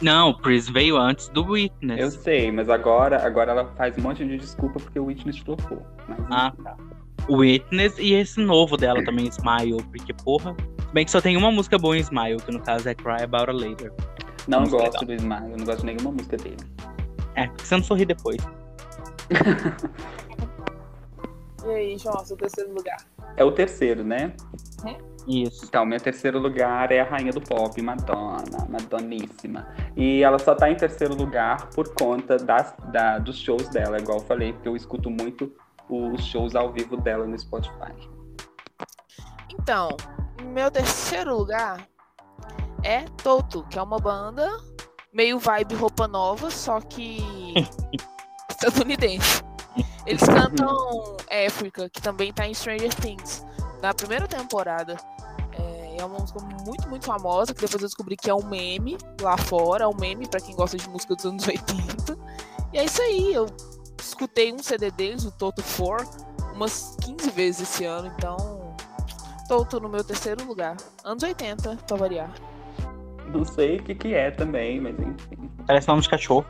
B: Não, o Pris veio antes do Witness.
A: Eu sei, mas agora, agora ela faz um monte de desculpa porque o Witness flopou. Mas,
B: Ah, tá. O Witness e esse novo dela também, Smile, porque porra. Se bem que só tem uma música boa em Smile, que no caso é Cry About It Later.
A: não
B: música
A: gosto do Smile, eu não gosto de nenhuma música dele.
B: É, porque você não sorri depois.
C: E aí, João, seu terceiro lugar.
A: É o terceiro, né?
B: Isso.
A: Então, meu terceiro lugar é a rainha do pop, Madonna, Madoníssima. E ela só tá em terceiro lugar por conta das, da, dos shows dela, igual eu falei, porque eu escuto muito os shows ao vivo dela no Spotify.
C: Então, meu terceiro lugar é Toto, que é uma banda meio vibe roupa nova, só que estadunidense. Eles cantam é, África, que também tá em Stranger Things, na primeira temporada. É, é uma música muito, muito famosa, que depois eu descobri que é um meme lá fora, é um meme pra quem gosta de música dos anos <laughs> 80. E é isso aí, eu escutei um CD deles, o Toto 4, umas 15 vezes esse ano, então Toto no meu terceiro lugar. Anos 80, pra variar.
A: Não sei o que, que é também, mas enfim.
B: Parece nome de cachorro.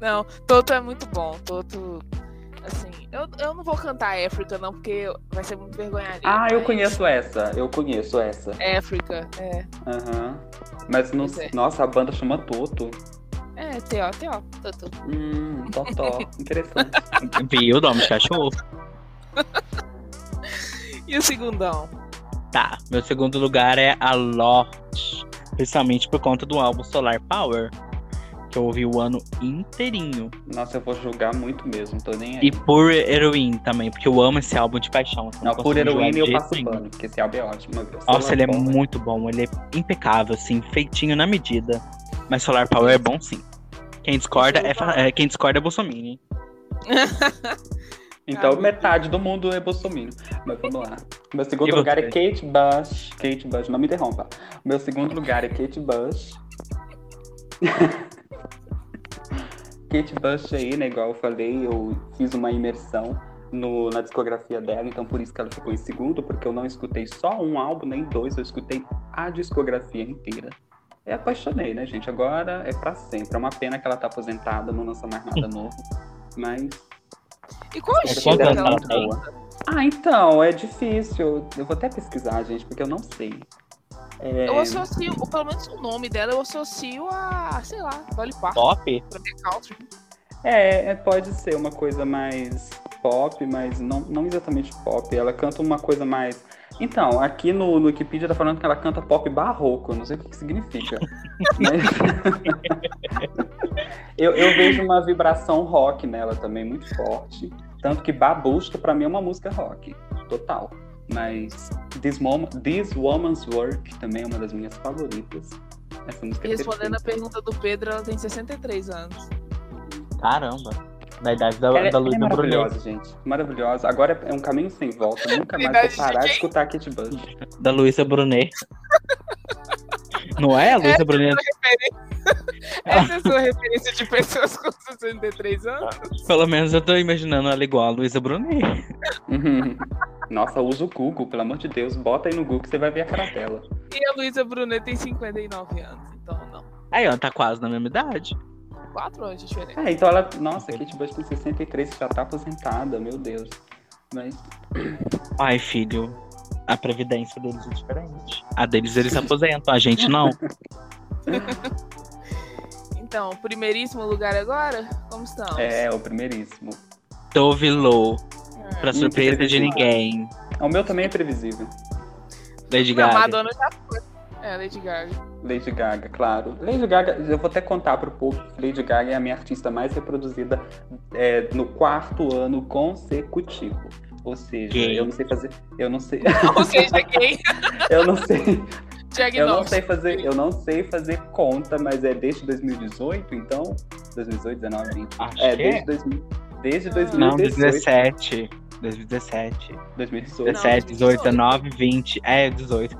C: Não, Toto é muito bom. Toto. Assim, eu, eu não vou cantar África, não, porque vai ser muito vergonharia.
A: Ah, eu
C: mas
A: conheço essa, eu conheço essa.
C: África, é.
A: Aham. Mas não-
C: Pois é.
A: nossa, a banda chama Toto.
C: É, T.O., T.O., Toto.
A: Hum,
C: <laughs>
A: Totó. Interessante.
B: Viu, nome de cachorro?
C: E o segundão?
B: Tá. Meu segundo lugar é a Lot. Principalmente por conta do álbum Solar Power. Que eu ouvi o ano inteirinho.
A: Nossa, eu vou julgar muito mesmo, tô nem aí.
B: E por Heroin também, porque eu amo esse álbum de paixão. assim,
A: Não,
B: consigo
A: por
B: enjoar
A: heroína eu
B: de jeito
A: passo
B: nenhum.
A: pano, porque esse álbum é ótimo.
B: Nossa, ele é
A: Solar Power.
B: muito bom, ele é impecável, assim, feitinho na medida. Mas Solar Power é bom sim. Quem discorda é, fa- é- quem discorda é Bolsonaro.
A: Então
C: Cara,
A: metade do mundo é bolsominion. Mas vamos lá. Meu
B: E
A: segundo
B: você?
A: lugar é Kate Bush. Kate Bush, não me interrompa. Meu segundo lugar é Kate Bush.
B: <laughs>
A: Kate Bush aí, né? Igual eu falei, eu fiz uma imersão no- na discografia dela, então por isso que ela ficou em segundo, porque eu não escutei só um álbum, nem dois, eu escutei a discografia inteira. Eu apaixonei, né, gente? Agora é pra sempre. É uma pena que ela tá aposentada, não lança mais
B: <laughs>
A: nada novo. Mas
C: E qual
B: É,
C: estilo que
B: quantos
C: ela
B: anos ela tem?
C: canta?
A: ah, então, é difícil. Eu vou até pesquisar, gente, porque eu não sei. É,
C: Eu associo, ou pelo menos o nome dela, eu associo a, sei lá, Dolly Parton,
B: Top?
C: pra minha country.
A: é, é, pode ser uma coisa mais pop, mas não, não exatamente pop. Ela canta uma coisa mais. Então, aqui no, no Wikipedia tá falando que ela canta pop barroco, eu não sei o que, que significa. Mas- eu, eu vejo uma vibração rock nela também muito forte. Tanto que Babushka, pra mim, é uma música rock. Total. Mas This, Mom- This Woman's Work também é uma das minhas favoritas. Essa música
C: E
A: é
C: respondendo a
A: perfeita.
C: pergunta do Pedro, ela tem 63 anos.
B: Caramba. Na idade da,
A: Ela é,
B: da né?
A: ela é
B: Luísa Brunet.
A: maravilhosa, gente. Maravilhosa. Agora é um caminho sem volta. Nunca mais
C: Verdade,
A: vou parar de
C: gente.
A: escutar a Kate Bush.
B: Da Luísa Brunet. Não é a Luísa Brunet?
C: Essa é a sua referência de pessoas com 63 anos?
B: Pelo menos eu tô imaginando ela igual a Luísa Brunet.
A: Uhum. Nossa, usa o Google, pelo amor de Deus. Bota aí no Google que você vai ver a cara dela.
C: E a Luísa Brunet tem 59 anos, então não.
B: Aí, ó, tá quase na mesma idade.
C: Quatro anos de diferença.
A: É, então ela. Nossa, a Kate Bush tem 63, já tá aposentada, meu Deus. Mas.
B: Ai, filho, a previdência deles é diferente. A deles eles se aposentam, a gente não.
C: Então, primeiríssimo lugar agora? Como estamos?
A: É, o primeiríssimo.
B: Dove Low,
C: Ah.
B: pra
A: Hum,
B: surpresa de
A: previsível.
B: ninguém.
A: O meu também é previsível.
B: Lady
C: Não,
B: Gaga.
C: Madonna já foi. É, Lady Gaga.
A: Lady Gaga, claro. Lady Gaga, eu vou até contar pro povo que Lady Gaga é a minha artista mais reproduzida é, no quarto ano consecutivo. Ou seja,
B: Gay.
A: eu não sei fazer. Eu não sei. <laughs>
C: Ou seja, quem?
A: Eu não
C: <laughs>
A: sei. Eu não sei
C: Diagnóstico.
A: fazer, eu não sei fazer conta, mas é desde 2018, então. 2018, 19, 20.
B: Acho
A: É,
B: que
A: desde,
B: é.
A: 2000, desde
C: Não,
B: Não,
A: 2018.
B: 2017. 2017.
A: 2018.
B: 17, 18,
C: 2018.
B: 19, 20. É, 18.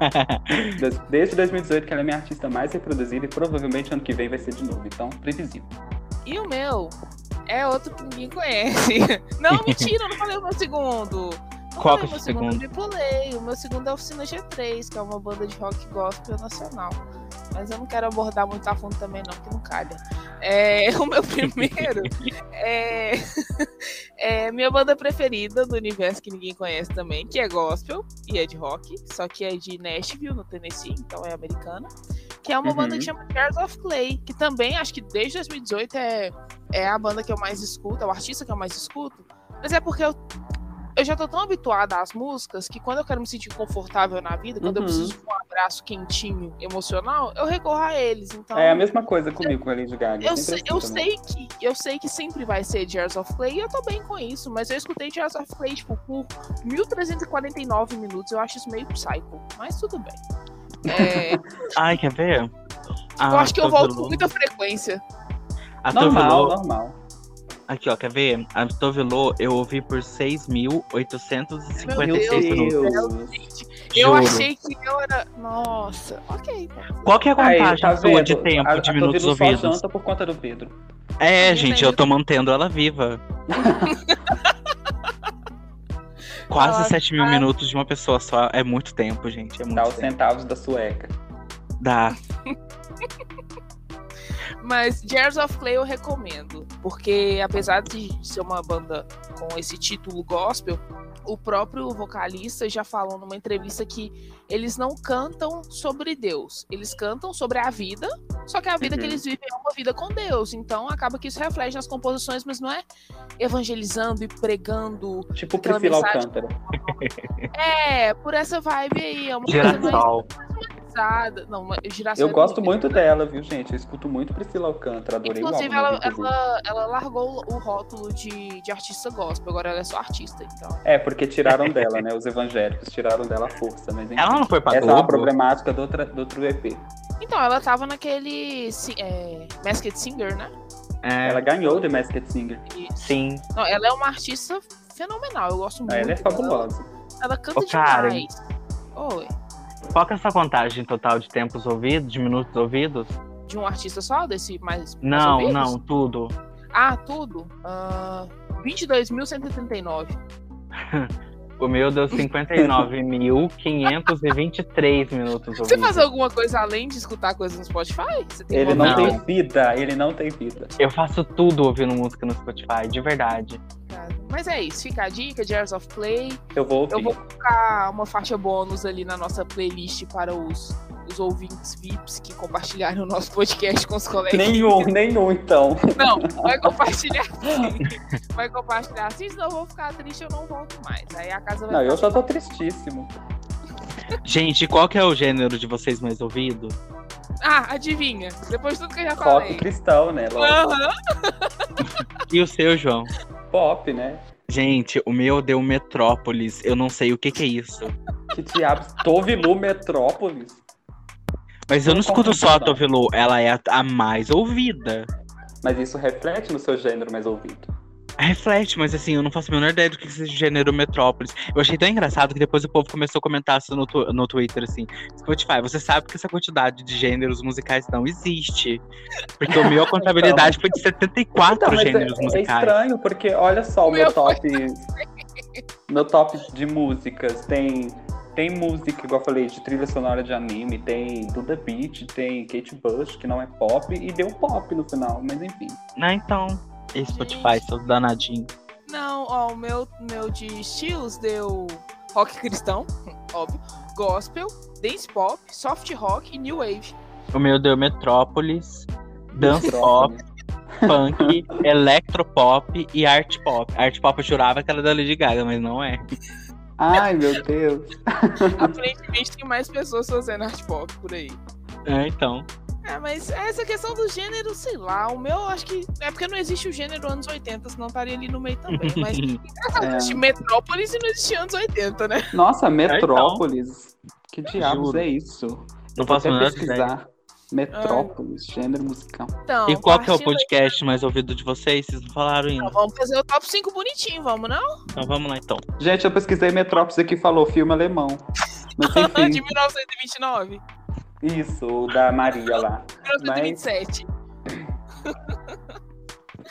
A: des- Desde 2018 que ela é minha artista mais reproduzida e provavelmente ano que vem vai ser de novo. Então, previsível.
C: E o meu? É outro que ninguém conhece. <laughs> Não, mentira, eu não falei o meu segundo. Não
B: Qual que é o
C: falei o meu
B: seu
C: segundo? Eu pulei. O meu segundo é a Oficina G3, que é uma banda de rock gospel nacional. Mas eu não quero abordar muito a fundo também, não, que não calha. É, <laughs> o
B: <laughs>
C: meu primeiro é, <laughs> é minha banda preferida do universo que ninguém conhece também, que é gospel e é de rock, só que é de Nashville, no Tennessee, então é americana. Que é uma
A: Uhum.
C: banda que chama Jars of Clay, que também acho que desde 2018 é, é a banda que eu mais escuto, é o artista que eu mais escuto. Mas é porque eu, eu já tô tão habituada às músicas que quando eu quero me sentir confortável na vida, quando eu
A: Uhum.
C: preciso de um abraço quentinho, emocional, eu recorro a eles. Então,
A: É a mesma coisa comigo com a Lady Gaga.
C: eu,
A: sempre
C: sei, eu
A: assim também.
C: sei que eu sei que sempre vai ser Jars of Clay e eu tô bem com isso, mas eu escutei Jars of Clay tipo, por 1349 minutos, eu acho isso meio psycho, mas tudo bem. É,
B: Ai, quer ver?
C: eu acho que
B: Ah,
C: eu volto com
B: muito.
C: muita frequência.
B: A
A: Normal,
B: Tovelô,
A: normal.
B: aqui ó, quer ver? A Tovelô eu ouvi por 6.856
C: Meu Deus.
B: minutos.
C: Eu
B: Juro.
C: achei que eu era. Nossa, ok. tá.
B: Qual que é a
A: Aí,
B: contagem
A: tá
B: sua de
A: vendo?
B: tempo,
A: A- a
B: de minutos
A: Tovilu só
B: ouvidos?
A: janta por conta do Pedro.
B: É,
C: Eu
B: gente,
C: tenho.
B: eu tô mantendo ela
C: <laughs>
B: viva. Quase
C: Nossa.
B: 7 mil minutos de uma pessoa só é muito tempo, gente. É muito
A: Dá os
B: tempo.
A: centavos da sueca.
B: Dá.
C: Mas Jars of Clay eu recomendo, porque apesar de ser uma banda com esse título gospel, o próprio vocalista já falou numa entrevista que eles não cantam sobre Deus, eles cantam sobre a vida, só que a vida
A: Uhum.
C: que eles vivem é uma vida com Deus, então acaba que isso reflete nas composições, mas não é evangelizando e pregando.
A: Tipo
C: Aquela
A: Priscila
C: mensagem-
A: Alcântara.
C: É, por essa vibe aí, é uma coisa mais
B: Girassol.
C: pesada. Não, uma- girassol
A: Eu
C: é
A: gosto
C: bonito.
A: muito dela, viu, gente? Eu escuto muito Priscila Alcântara, adorei
C: Inclusive,
A: o álbum. né,
C: ela, ela, ela largou o rótulo de, de artista gospel, agora ela é só artista, então.
A: É, porque
B: <laughs>
A: tiraram dela, né? Os evangélicos tiraram dela a força, mas enfim.
B: Ela não foi pra
A: Essa é uma
B: Globo?
A: problemática do, outra- do outro EP.
C: Então, ela tava naquele si- é, Masked Singer, né?
B: É,
A: Ela ganhou o The Masked Singer.
C: E-
B: sim.
C: não, ela é uma artista fenomenal, eu gosto muito.
A: Ela é
C: dela.
A: fabulosa.
C: Ela canta
B: Ô, Karen.
C: demais. Oi.
B: Qual que é essa contagem total de tempos ouvidos, de minutos ouvidos?
C: De um artista só, desse mais. mais
B: Não,
C: ouvidos?
B: não, tudo.
C: Ah, tudo? Ah, 22.139.
B: O meu deu 59.523 minutos
C: Você
B: ouvidos.
C: faz alguma coisa além de escutar coisa no Spotify? Você tem
A: Ele não,
C: vontade?
A: tem vida, ele não tem vida.
B: Eu faço tudo ouvindo música no Spotify, de verdade.
C: Mas é isso, fica a dica, Jars of Play.
A: Eu vou ouvir.
C: Eu vou colocar uma faixa bônus ali na nossa playlist para os, os ouvintes VIPs que compartilharam o nosso podcast com os colegas. <laughs>
A: Nenhum, nenhum, então.
C: Não, vai compartilhar sim. Vai compartilhar sim, senão eu vou ficar triste eu não volto mais. Aí a casa vai
A: Não,
C: ficar-
A: eu já tô tristíssimo.
B: Gente, qual que é o gênero de vocês mais ouvido?
C: Ah, adivinha. Depois de tudo que eu já
A: Rock
C: falei. Ah.
A: cristão, né? Lógico.
C: Aham.
B: E o seu, João?
A: Pop, né?
B: Gente, o meu deu Metrópolis. Eu não sei o que que é isso.
A: Que diabos. Tovilu Metrópolis.
B: Mas eu não
A: Não
B: escuto
A: confundo,
B: só a
A: não.
B: Tovelo, ela é a, a mais ouvida.
A: Mas isso reflete no seu gênero mais ouvido.
B: Reflete, mas assim, eu não faço a menor ideia do que se generou Metrópolis. Eu achei tão engraçado que depois o povo começou a comentar isso no, tu- no Twitter, assim. Spotify, você sabe que essa quantidade de gêneros musicais não existe. Porque o meu, a contabilidade foi de 74
A: Então, mas é-
B: gêneros
A: é,
B: musicais.
A: estranho, porque olha só o meu
C: Meu,
A: top. <laughs> Meu top de músicas tem. Tem música, igual eu falei, de trilha sonora de anime, tem Duda Beat, tem Kate Bush, que não é pop, e deu pop no final, mas enfim.
B: Não, então. Ei, Spotify, seu danadinho.
C: Não, ó, o meu, meu de estilos deu rock cristão, óbvio, gospel, dance pop, soft rock e new wave.
B: O meu deu Metrópolis, Dance Pop,
A: Metrópolis.
B: Funk, Electropop e Art Pop. Art Pop eu jurava que era da Lady Gaga, mas não é.
A: Ai, meu Deus.
C: Aparentemente tem mais pessoas fazendo art pop por aí.
B: É,
A: <laughs>
B: então.
C: É, mas essa questão do gênero, sei lá, o meu acho que. É porque não existe o gênero anos 80, senão estaria ali no meio
B: <laughs>
C: também. Mas
A: É.
C: existe Metrópolis e não existe anos 80, né?
A: Nossa, Metrópolis. Que diabos
B: Então, Juro.
A: é isso?
B: Não
A: Vou
B: faço
A: até
B: a menor ideia.
A: pesquisar. Metrópolis, gênero musical.
C: Então,
B: E qual que é o
C: partindo aí-
B: podcast mais ouvido de vocês? Vocês não falaram
C: Não,
B: ainda.
C: vamos fazer o top 5 bonitinho, vamos não?
B: Então vamos lá então.
A: Gente, eu pesquisei Metrópolis aqui falou filme alemão. Mas
C: De
A: enfim,
C: 1929.
A: isso, o da Maria lá.
C: 1927.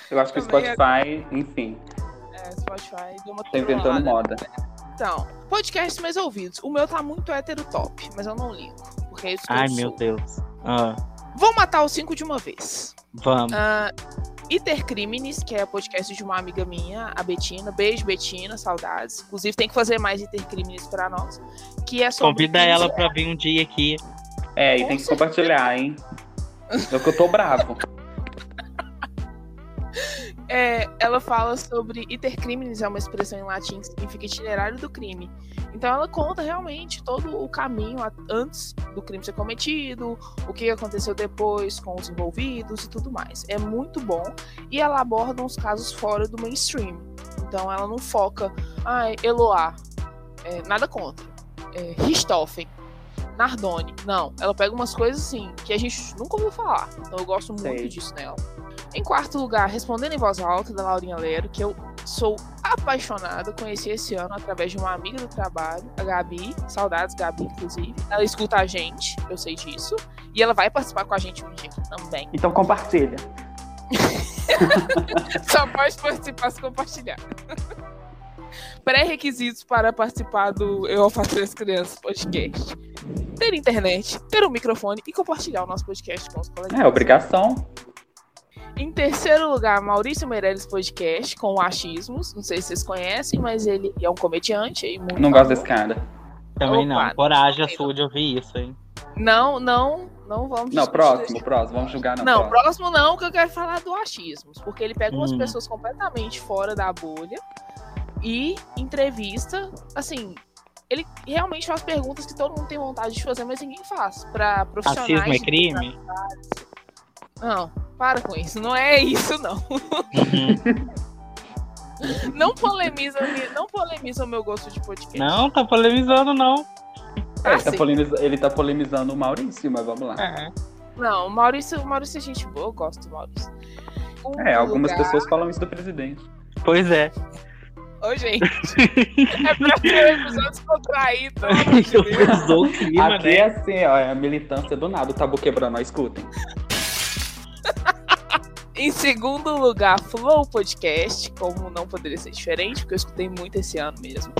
A: Eu acho que o
C: Também
A: Spotify, enfim,
C: É, Spotify deu uma
A: tá inventando
C: trollada.
A: moda.
C: Então, podcasts mais ouvidos. O meu tá muito hétero top, mas eu não ligo. Porque é isso que
B: Ai
C: eu
B: meu
C: sou.
B: Deus. Ah,
C: Vou matar os cinco de uma vez.
B: vamos.
C: Ah, Iter Crimes, que é podcast de uma amiga minha, a Betina. Beijo, Betina, saudades. Inclusive, tem que fazer mais Iter Crimes pra nós. Que é sobre
B: Convida
C: crimes-
B: ela pra vir um dia aqui.
A: É, e
C: Com
A: tem que
C: certeza.
A: compartilhar, hein? Eu que eu tô bravo.
C: É, ela fala sobre iter criminis, é uma expressão em latim que significa itinerário do crime. Então ela conta realmente todo o caminho a- antes do crime ser cometido, o que aconteceu depois com os envolvidos e tudo mais. É muito bom e ela aborda uns casos fora do mainstream. Então ela não foca, ai, Eloá, é, nada contra, é, Richthofen, Nardone. Não, ela pega umas coisas assim que a gente nunca ouviu falar. Então eu gosto
A: Sei.
C: muito disso nela. Em quarto lugar, Respondendo em Voz Alta, da Laurinha Lero, que eu sou apaixonada, conheci esse ano através de uma amiga do trabalho, a Gabi, saudades, Gabi, inclusive. Ela escuta a gente, eu sei disso, e ela vai participar com a gente um dia também.
A: <laughs> Então compartilha.
C: Só pode participar se compartilhar. <laughs> Pré-requisitos para participar do Eu Faço as Crianças podcast. Ter internet, ter um microfone e compartilhar o nosso podcast com os colegas.
A: É, obrigação.
C: Em terceiro lugar, Maurício Meirelles Podcast com o Achismos. Não sei se vocês conhecem, mas ele é um comediante. E muito
A: Não gosto
C: famoso.
A: desse cara.
B: Também
C: Opa,
B: não. Coragem a
C: não.
B: sua de ouvir isso, hein?
C: Não, não, não vamos
A: Não,
C: discutir
A: próximo,
C: desse-
A: próximo. Vamos julgar,
B: Tá
A: não.
C: Não,
A: próximo.
C: próximo não, que eu quero falar do achismos. Porque ele pega umas
B: Hum.
C: pessoas completamente fora da bolha e entrevista, assim. Ele realmente faz perguntas que todo mundo tem vontade de fazer, mas ninguém faz. Pra profissionais.
B: Racismo é
C: de-
B: crime?
C: Não, para com isso. Não é isso, não.
B: Uhum.
C: Não polemiza, a minha- não polemiza o meu gosto de podcast.
B: não, é, tá polemizando, não.
C: Ah,
A: Ele tá,
C: sim.
A: polemiza- ele tá polemizando o Maurício, mas vamos lá.
B: É.
C: Não, o Maurício, o Maurício é gente boa, eu gosto do Maurício. Um
A: É, algumas
C: lugar-
A: pessoas falam isso do presidente.
B: Pois <laughs> é.
C: Ô, gente. <laughs> é pra ter um episódio descontraído,
B: <laughs>
C: pelo amor de Deus.
B: Usou o clima, né?
A: Aqui é assim, ó, é a militância do nada, o tabu quebrando, ó, escutem.
C: Em segundo lugar, Flow Podcast, como não poderia ser diferente, porque eu escutei muito esse ano mesmo.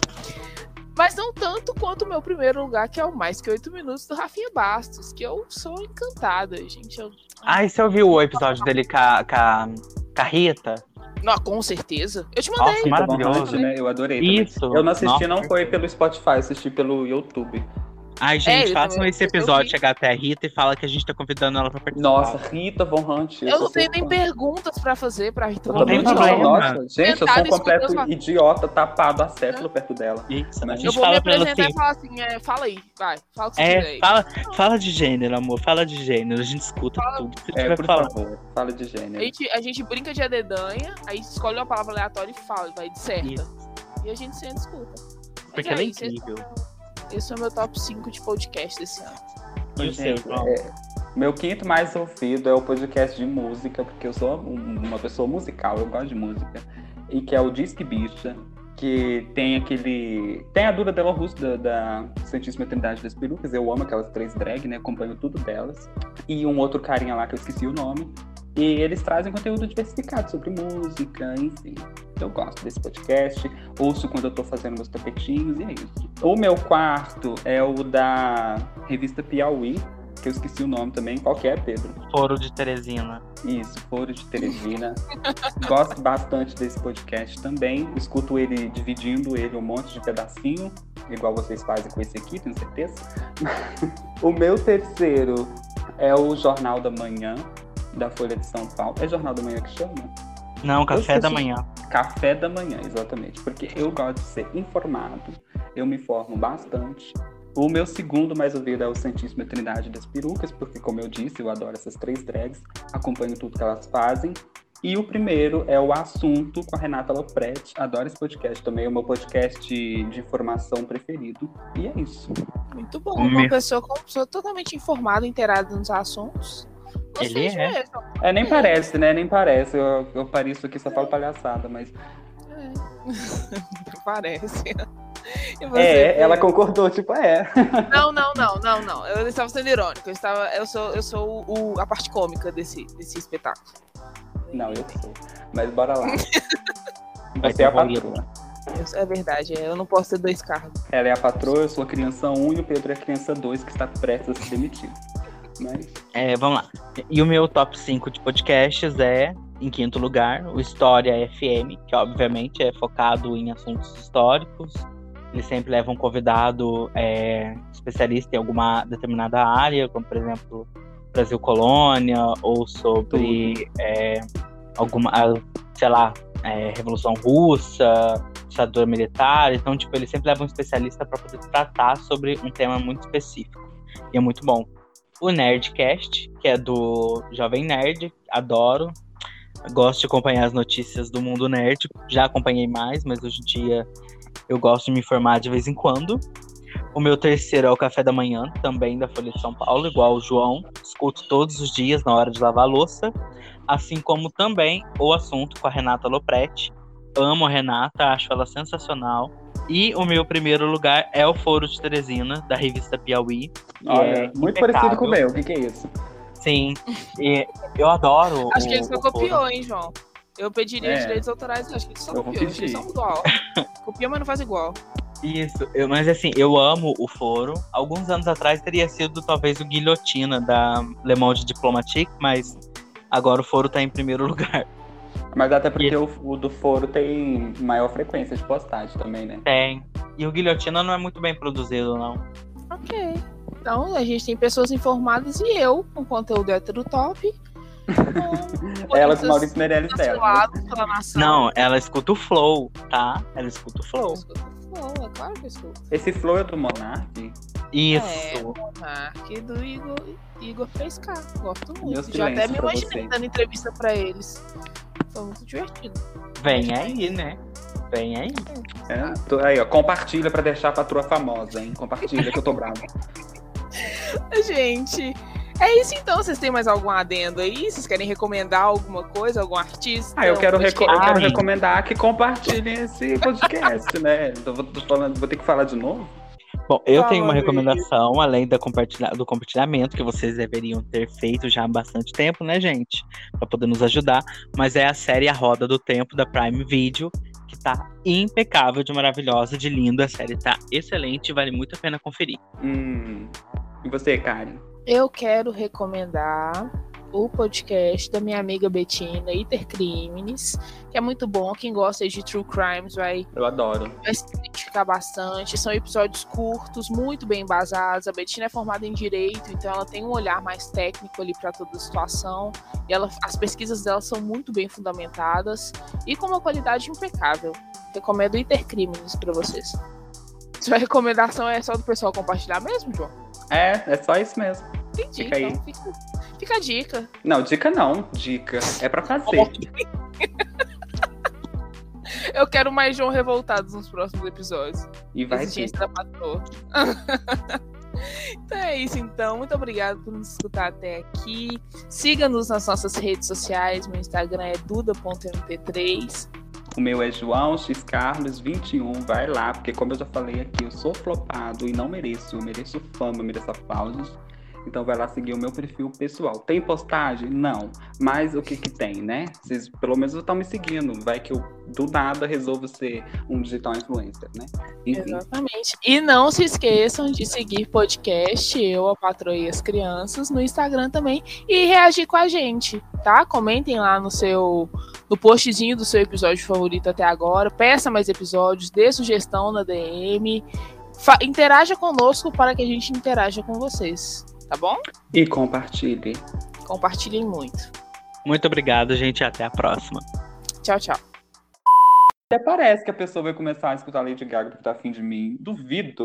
C: Mas não tanto quanto o meu primeiro lugar, que é o Mais Que Oito Minutos, do Rafinha Bastos, que eu sou encantada, gente. Eu...
B: Ai, você ouviu o episódio dele com a, com a, com a Rita?
C: Não, com certeza. Eu te mandei.
B: Nossa, maravilhoso.
A: Vontade, né? Eu adorei. também.
B: Isso.
A: Eu não assisti,
B: Nossa.
A: não foi pelo Spotify, assisti pelo YouTube.
B: Ai, gente,
C: eu
B: façam
C: também-
B: esse
C: eu
B: episódio
C: vi.
B: chegar até a Rita e fala que a gente tá convidando ela pra participar.
A: Nossa, Rita Von Hunt.
C: eu não tenho nem perguntas pra fazer pra Rita
A: Eu também
B: tem
C: Von Hunt.
B: problema.
A: Nossa, gente, eu sou um
C: Tentado
A: completo
C: escutar os-
A: idiota tapado a século perto dela.
B: Isso, a
A: Eu
B: gente
C: Eu vou me
B: fala pra ela
C: apresentar
B: assim.
C: e falar assim, é, fala aí, vai, fala o que você quiser
B: É,
C: aí.
B: fala, fala de gênero, amor. Fala de gênero. A gente escuta tudo. Você
A: É,
B: tiver
A: por
B: falando.
A: favor, fala de
C: A
A: gênero.
C: gente, a gente brinca de adedanha, aí escolhe uma palavra aleatória e fala, e vai de certa.
B: Isso,
C: E a gente senta e escuta. Mas
B: porque
C: é
B: ela é
C: isso, esse-
B: incrível.
C: Esse é o meu top 5 de podcast desse ano.
B: E o seu,
A: Gente,
B: João?
A: é, meu quinto mais ouvido é o podcast de música, porque eu sou um- uma pessoa musical, eu gosto de música. e que é o Disque Bicha, que tem aquele. Tem a Dura Dela Russo da, da Santíssima Trindade das Perucas, eu amo aquelas três drag, né? Acompanho tudo delas. E um outro carinha lá que eu esqueci o nome. E eles trazem conteúdo diversificado sobre música, enfim. Eu gosto desse podcast, ouço quando eu tô fazendo meus tapetinhos e é isso. O meu quarto é o da revista Piauí, que eu esqueci o nome também. Qual que é, Pedro?
B: Foro de Teresina.
A: Isso, Foro de Teresina. Gosto bastante desse podcast também. Escuto ele dividindo ele um monte de pedacinho, igual vocês fazem com esse aqui, tenho certeza. <laughs> o meu terceiro é o Jornal da Manhã, da Folha de São Paulo. É Jornal da Manhã que chama?
B: Não, café
A: Eu
B: da
A: esqueci.
B: manhã.
A: Café da manhã, exatamente. Porque eu gosto de ser informado, eu me informo bastante. O meu segundo mais ouvido é o Santíssima Trindade das Perucas, porque, como eu disse, eu adoro essas três drags, acompanho tudo que elas fazem. E o primeiro é o Assunto com a Renata Lopretti. Adoro esse podcast também, é o meu podcast de, de informação preferido. E é isso.
C: Muito bom.
D: O
C: Uma
D: meu-
C: pessoa como pessoa totalmente informada, inteirada nos assuntos. Gostei
D: Ele
C: de
D: é.
C: ver, então.
A: É, nem parece, né? Nem parece. Eu, eu pareço aqui, só falo palhaçada, mas.
C: É. <laughs> Parece. E você,
A: É,
C: Pedro?
A: ela concordou, tipo, é.
C: Não, não, não, não, não. Eu estava sendo irônico. Eu, estava, eu sou, eu sou o- o- a parte cômica desse, desse espetáculo.
A: Não, eu sou. Mas bora lá.
D: Vai
A: Você é a
D: ter valia.
A: patroa.
C: Eu- É verdade, é, eu não posso ter dois cargos.
A: Ela é a patroa, eu sou a criança 1 e o Pedro é a criança 2 que está prestes a ser demitido. Mas
B: É, vamos lá. E o meu top 5 de podcasts é, em quinto lugar, o História FM, que obviamente é focado em assuntos históricos. Eles sempre levam um convidado é, especialista em alguma determinada área, como por exemplo Brasil Colônia, ou sobre é, alguma, ah, sei lá, é, Revolução Russa, ditadura militar. Então, tipo, eles sempre levam um especialista para poder tratar sobre um tema muito específico. E é muito bom o Nerdcast, que é do Jovem Nerd, adoro. Gosto de acompanhar as notícias do mundo nerd. Já acompanhei mais, mas hoje em dia eu gosto de me informar de vez em quando. O meu terceiro é o Café da Manhã, também da Folha de São Paulo, igual o João. Escuto todos os dias na hora de lavar a louça. Assim como também o assunto com a Renata Lopretti. Amo a Renata, acho ela sensacional. E o meu primeiro lugar é o Foro de Teresina, da revista Piauí. que
A: olha,
B: é
A: muito
B: impecável.
A: parecido com o meu, o que, que é isso?
B: Sim, e eu adoro.
C: <laughs> Acho
B: o-
C: que ele só
B: o couro.
C: copiou, hein, João? Eu pediria
A: É.
C: os direitos autorais, acho que ele só
A: Eu vou
C: copiou. Acho que eles
A: pedir.
C: são
A: <laughs>
C: igual. Copia, mas não faz igual.
B: Isso, eu- mas assim, eu amo o foro. Alguns anos atrás teria sido talvez o Guilhotina da Le Monde Diplomatique, mas agora o foro tá em primeiro <laughs> lugar.
A: Mas até porque o, o do foro tem maior frequência de postagem também, né?
B: Tem. E o Guilhotina não é muito bem produzido, não.
C: Ok. Então, a gente tem pessoas informadas e eu, com conteúdo hétero top.
A: <laughs>
C: com
A: Ela com o
C: notícias
A: Maurício Meirelles
C: tá
A: dela.
C: canceladas pela nação.
B: Não, ela escuta o Flow, tá? Ela escuta o
C: Eu
B: Flow.
C: escuto Flow, é claro que eu escuto.
A: Esse flow é do Monark.
C: É.
B: Isso.
C: Monark do Igor, Igor 3K. Gosto
A: Meus
C: muito. Já até
A: silêncios
C: me
A: pra
C: imaginei
A: vocês.
C: dando entrevista pra eles. Foi muito divertido.
B: Vem aí, né? Vem aí.
A: É, tô- aí, ó, compartilha pra deixar a patroa famosa, hein? Compartilha que eu tô bravo.
C: <laughs> Gente, é isso então. Vocês têm mais algum adendo aí? Vocês querem recomendar alguma coisa? Algum artista?
A: Ah, eu quero,
C: Um
A: reco-
C: podcast?
A: eu quero
B: Ai.
A: recomendar que compartilhem esse podcast, né? Eu vou, tô falando- vou ter que falar de novo?
B: Bom, eu
C: Fala,
B: tenho uma
C: Luiz.
B: recomendação, além da compartilha- do compartilhamento, que vocês deveriam ter feito já há bastante tempo, né, gente? Pra poder nos ajudar. Mas é a série A Roda do Tempo, da Prime Video, que tá impecável, de maravilhosa, de linda. A série tá excelente, vale muito a pena conferir.
A: Hum. E você, Karen?
C: Eu quero recomendar o podcast da minha amiga Betina, Intercrimes, que é muito bom. Quem gosta de True Crimes vai
A: Eu adoro.
C: vai se identificar bastante. São episódios curtos, muito bem embasados. A Betina é formada em direito, então ela tem um olhar mais técnico ali para toda a situação. E ela, as pesquisas dela são muito bem fundamentadas e com uma qualidade impecável. Recomendo Intercrimes para vocês. Sua recomendação é só do pessoal compartilhar mesmo, João?
A: É, é só isso mesmo.
C: Entendi.
A: Fica aí.
C: então, fica, fica a dica.
A: Não, dica não, dica. É pra fazer.
C: Eu quero mais João revoltados nos próximos episódios.
A: E vai ter.
C: Exigência da patroa. <laughs> então é isso, então. Muito obrigada por nos escutar até aqui. Siga-nos nas nossas redes sociais. Meu Instagram é duda.mp3.
A: O meu é João X Carlos 21. Vai lá, porque como eu já falei aqui, eu sou flopado e não mereço. Eu mereço fama, eu mereço aplausos. Então vai lá seguir o meu perfil pessoal. Tem postagem? Não. Mas o que que tem, né? Vocês pelo menos estão me seguindo. Vai que eu do nada resolvo ser um digital influencer, né? Enfim.
C: Exatamente. E não se esqueçam de seguir podcast Eu, a Patroa e as Crianças no Instagram também e reagir com a gente, tá? Comentem lá no seu no postzinho do seu episódio favorito até agora. Peça mais episódios, dê sugestão na DM. Fa- interaja conosco para que a gente interaja com vocês, tá bom?
A: E compartilhe.
C: Compartilhem muito.
E: Muito obrigado, gente. Até a próxima.
C: Tchau, tchau.
A: Até parece que a pessoa vai começar a escutar Lady Gaga porque tá afim de mim. Duvido.